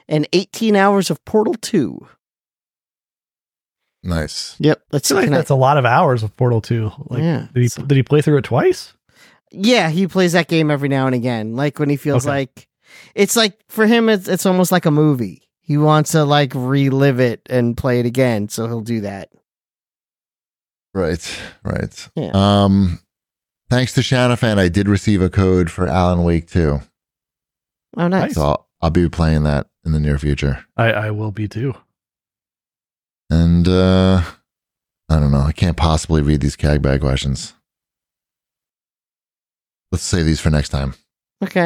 S3: and 18 hours of Portal 2.
S2: Nice.
S3: Yep.
S4: I
S3: Let's see.
S4: feel like
S3: can I-
S4: that's a lot of hours of Portal 2. Like,
S3: Yeah,
S4: did he
S3: so-
S4: did he play through it twice?
S3: yeah, he plays that game every now and again. Like when he feels
S4: Okay.
S3: like it's like for him, it's, it's almost like a movie. He wants to like relive it and play it again. So he'll do that.
S2: Right, right.
S3: Yeah.
S2: Um, thanks to Shanafan, I did receive a code for Alan Wake too.
S3: Oh, nice.
S4: Nice.
S2: So I'll, I'll be playing that in the near future.
S4: I, I will be too.
S2: And uh, I don't know. I can't possibly read these CAG bag questions. Let's save these for next time.
S3: Okay.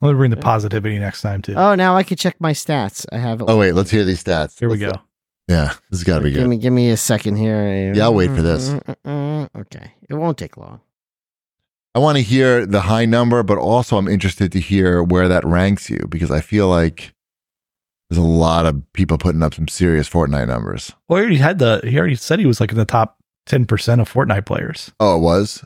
S4: I'm gonna bring the positivity next time too.
S3: Oh, now I can check my stats. I have it.
S2: Oh wait, let's hear these stats.
S4: Here we
S2: Let's-
S4: go.
S2: Yeah, this has got to be
S3: give
S2: good.
S3: me, give me a second here.
S2: Yeah, I'll wait for this.
S3: Okay. It won't take long.
S2: I want to hear the high number, but also I'm interested to hear where that ranks you because I feel like there's a lot of people putting up some serious Fortnite numbers.
S4: Well, he already had the. He already said he was like in the top ten percent of Fortnite players.
S2: Oh, it was?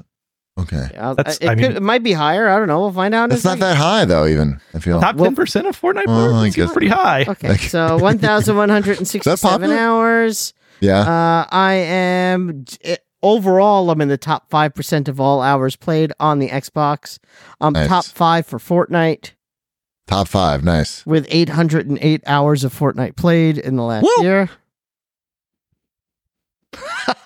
S2: Okay.
S3: Yeah,
S4: That's-
S3: it,
S4: I mean-
S3: could, it might be higher. I don't know. We'll find out. in a
S2: It's not
S3: second.
S2: that high, though, even, I feel.
S4: Top
S3: Oh, Well-
S4: ten percent of Fortnite
S2: Well, I
S4: players. That's
S2: guess-
S4: pretty high.
S3: Okay,
S2: Like-
S3: so 1,167
S2: popular? Uh-huh.
S3: hours.
S2: yeah.
S3: Uh, I am eh, overall, I'm in the top 5% of all hours played on the Xbox. I'm
S2: Nice.
S3: top five for Fortnite
S2: Top five. Nice.
S3: with 808 hours of Fortnite played in the last
S4: Woo!
S3: year.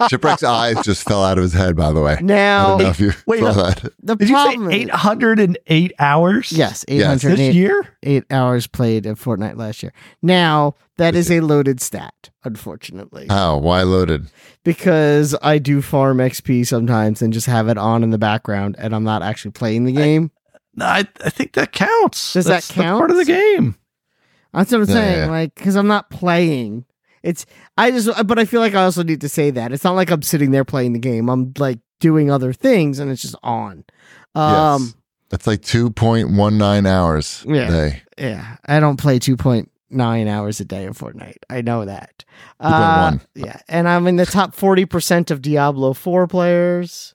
S2: Shipwreck's eyes just fell out of his head, by the way. I don't know
S3: Now,
S2: if you
S4: Wait,
S2: saw
S4: no.
S2: that.
S3: the
S4: Did you say
S3: problem
S4: eight hundred and eight hours?
S3: Yes,
S2: Yes.
S4: This
S3: 808
S4: year.
S3: eight hours played of Fortnite last year. Now, that is a loaded stat, unfortunately.
S2: How? Why loaded?
S3: because I do farm XP sometimes and just have it on in the background and I'm not actually playing the game.
S4: No, I, I think that counts.
S3: Does that
S4: That's- that's part of the
S3: count?
S4: game.
S3: That's what I'm
S2: Yeah,
S3: saying.
S2: yeah.
S3: Like, because I'm not playing. It's, I just, but I feel like I also need to say that. It's not like I'm sitting there playing the game. I'm like doing other things and it's just on. Um,
S2: That's like 2.19 hours
S3: Yeah.
S2: a day.
S3: yeah, I don't play 2.9 hours a day of Fortnite. I know that. Uh,
S2: 2.1.
S3: yeah. And I'm in the top 40% of Diablo 4 players.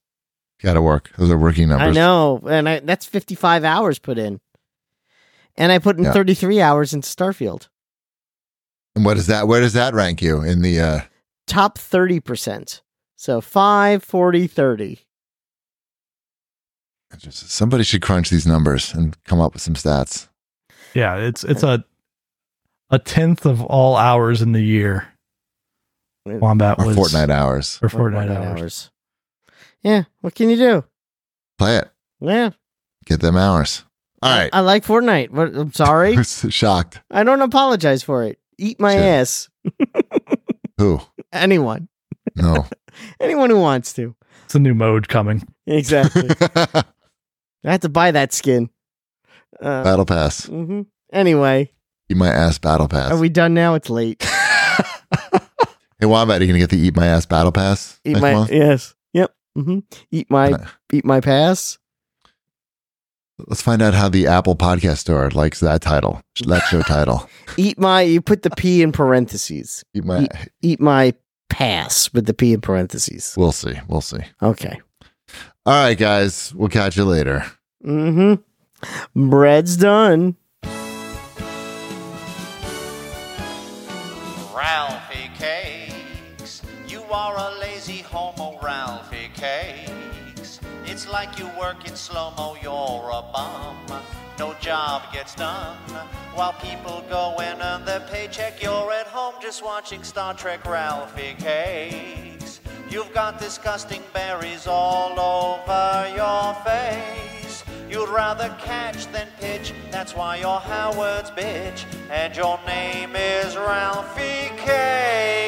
S2: Gotta work. Those are rookie numbers.
S3: I know, and I, that's 55 hours put in, and I put in
S2: Yeah.
S3: 33 hours into Starfield.
S2: And what is that? Where does that rank you in the uh
S3: Top 30 percent, so 5, 40, 30.
S2: just- somebody should crunch these numbers and come up with some stats.
S4: Yeah, it's it's a a tenth of all hours in the year. Wombat
S2: Or
S4: was
S2: Fortnite hours.
S4: or
S3: Or
S4: Fortnite, hours.
S3: Yeah, what can you do?
S2: Play it.
S3: Yeah,
S2: Get them hours. All right.
S3: I, I like Fortnite. What, I'm sorry,
S2: Shocked.
S3: I don't apologize for it. Eat my
S2: Sure.
S3: ass,
S2: Who?
S3: anyone,
S2: No.
S3: anyone who wants to.
S4: It's a new mode coming.
S3: Exactly. I have to buy that skin. Uh,
S2: battle pass.
S3: mhm. Anyway,
S2: Eat my ass battle pass.
S3: are we done now? It's late.
S2: hey Wombat, are you gonna get the eat my ass battle pass?
S3: Eat
S2: next
S3: my
S2: month?
S3: yes. Yep. hmm Eat my
S2: Uh,
S3: eat my pass.
S2: Let's find out how the Apple Podcast Store likes that title. That show title.
S3: Eat my. You put the p in parentheses.
S2: Eat my
S3: Eat- Eat my pass with the p in parentheses.
S2: We'll see. We'll see.
S3: Okay.
S2: All right, guys. We'll catch you later.
S3: Mm-hmm. Bread's done.
S1: Ralphie Cakes. You are a lazy homo, Ralphie Cakes. It's like you work in slow mo, you're a bum. No job gets done. While people go and earn their paycheck, you're at home just watching Star Trek Ralphie Cakes. You've got disgusting berries all over your face. You'd rather catch than pitch, that's why you're Howard's bitch. And your name is Ralphie K.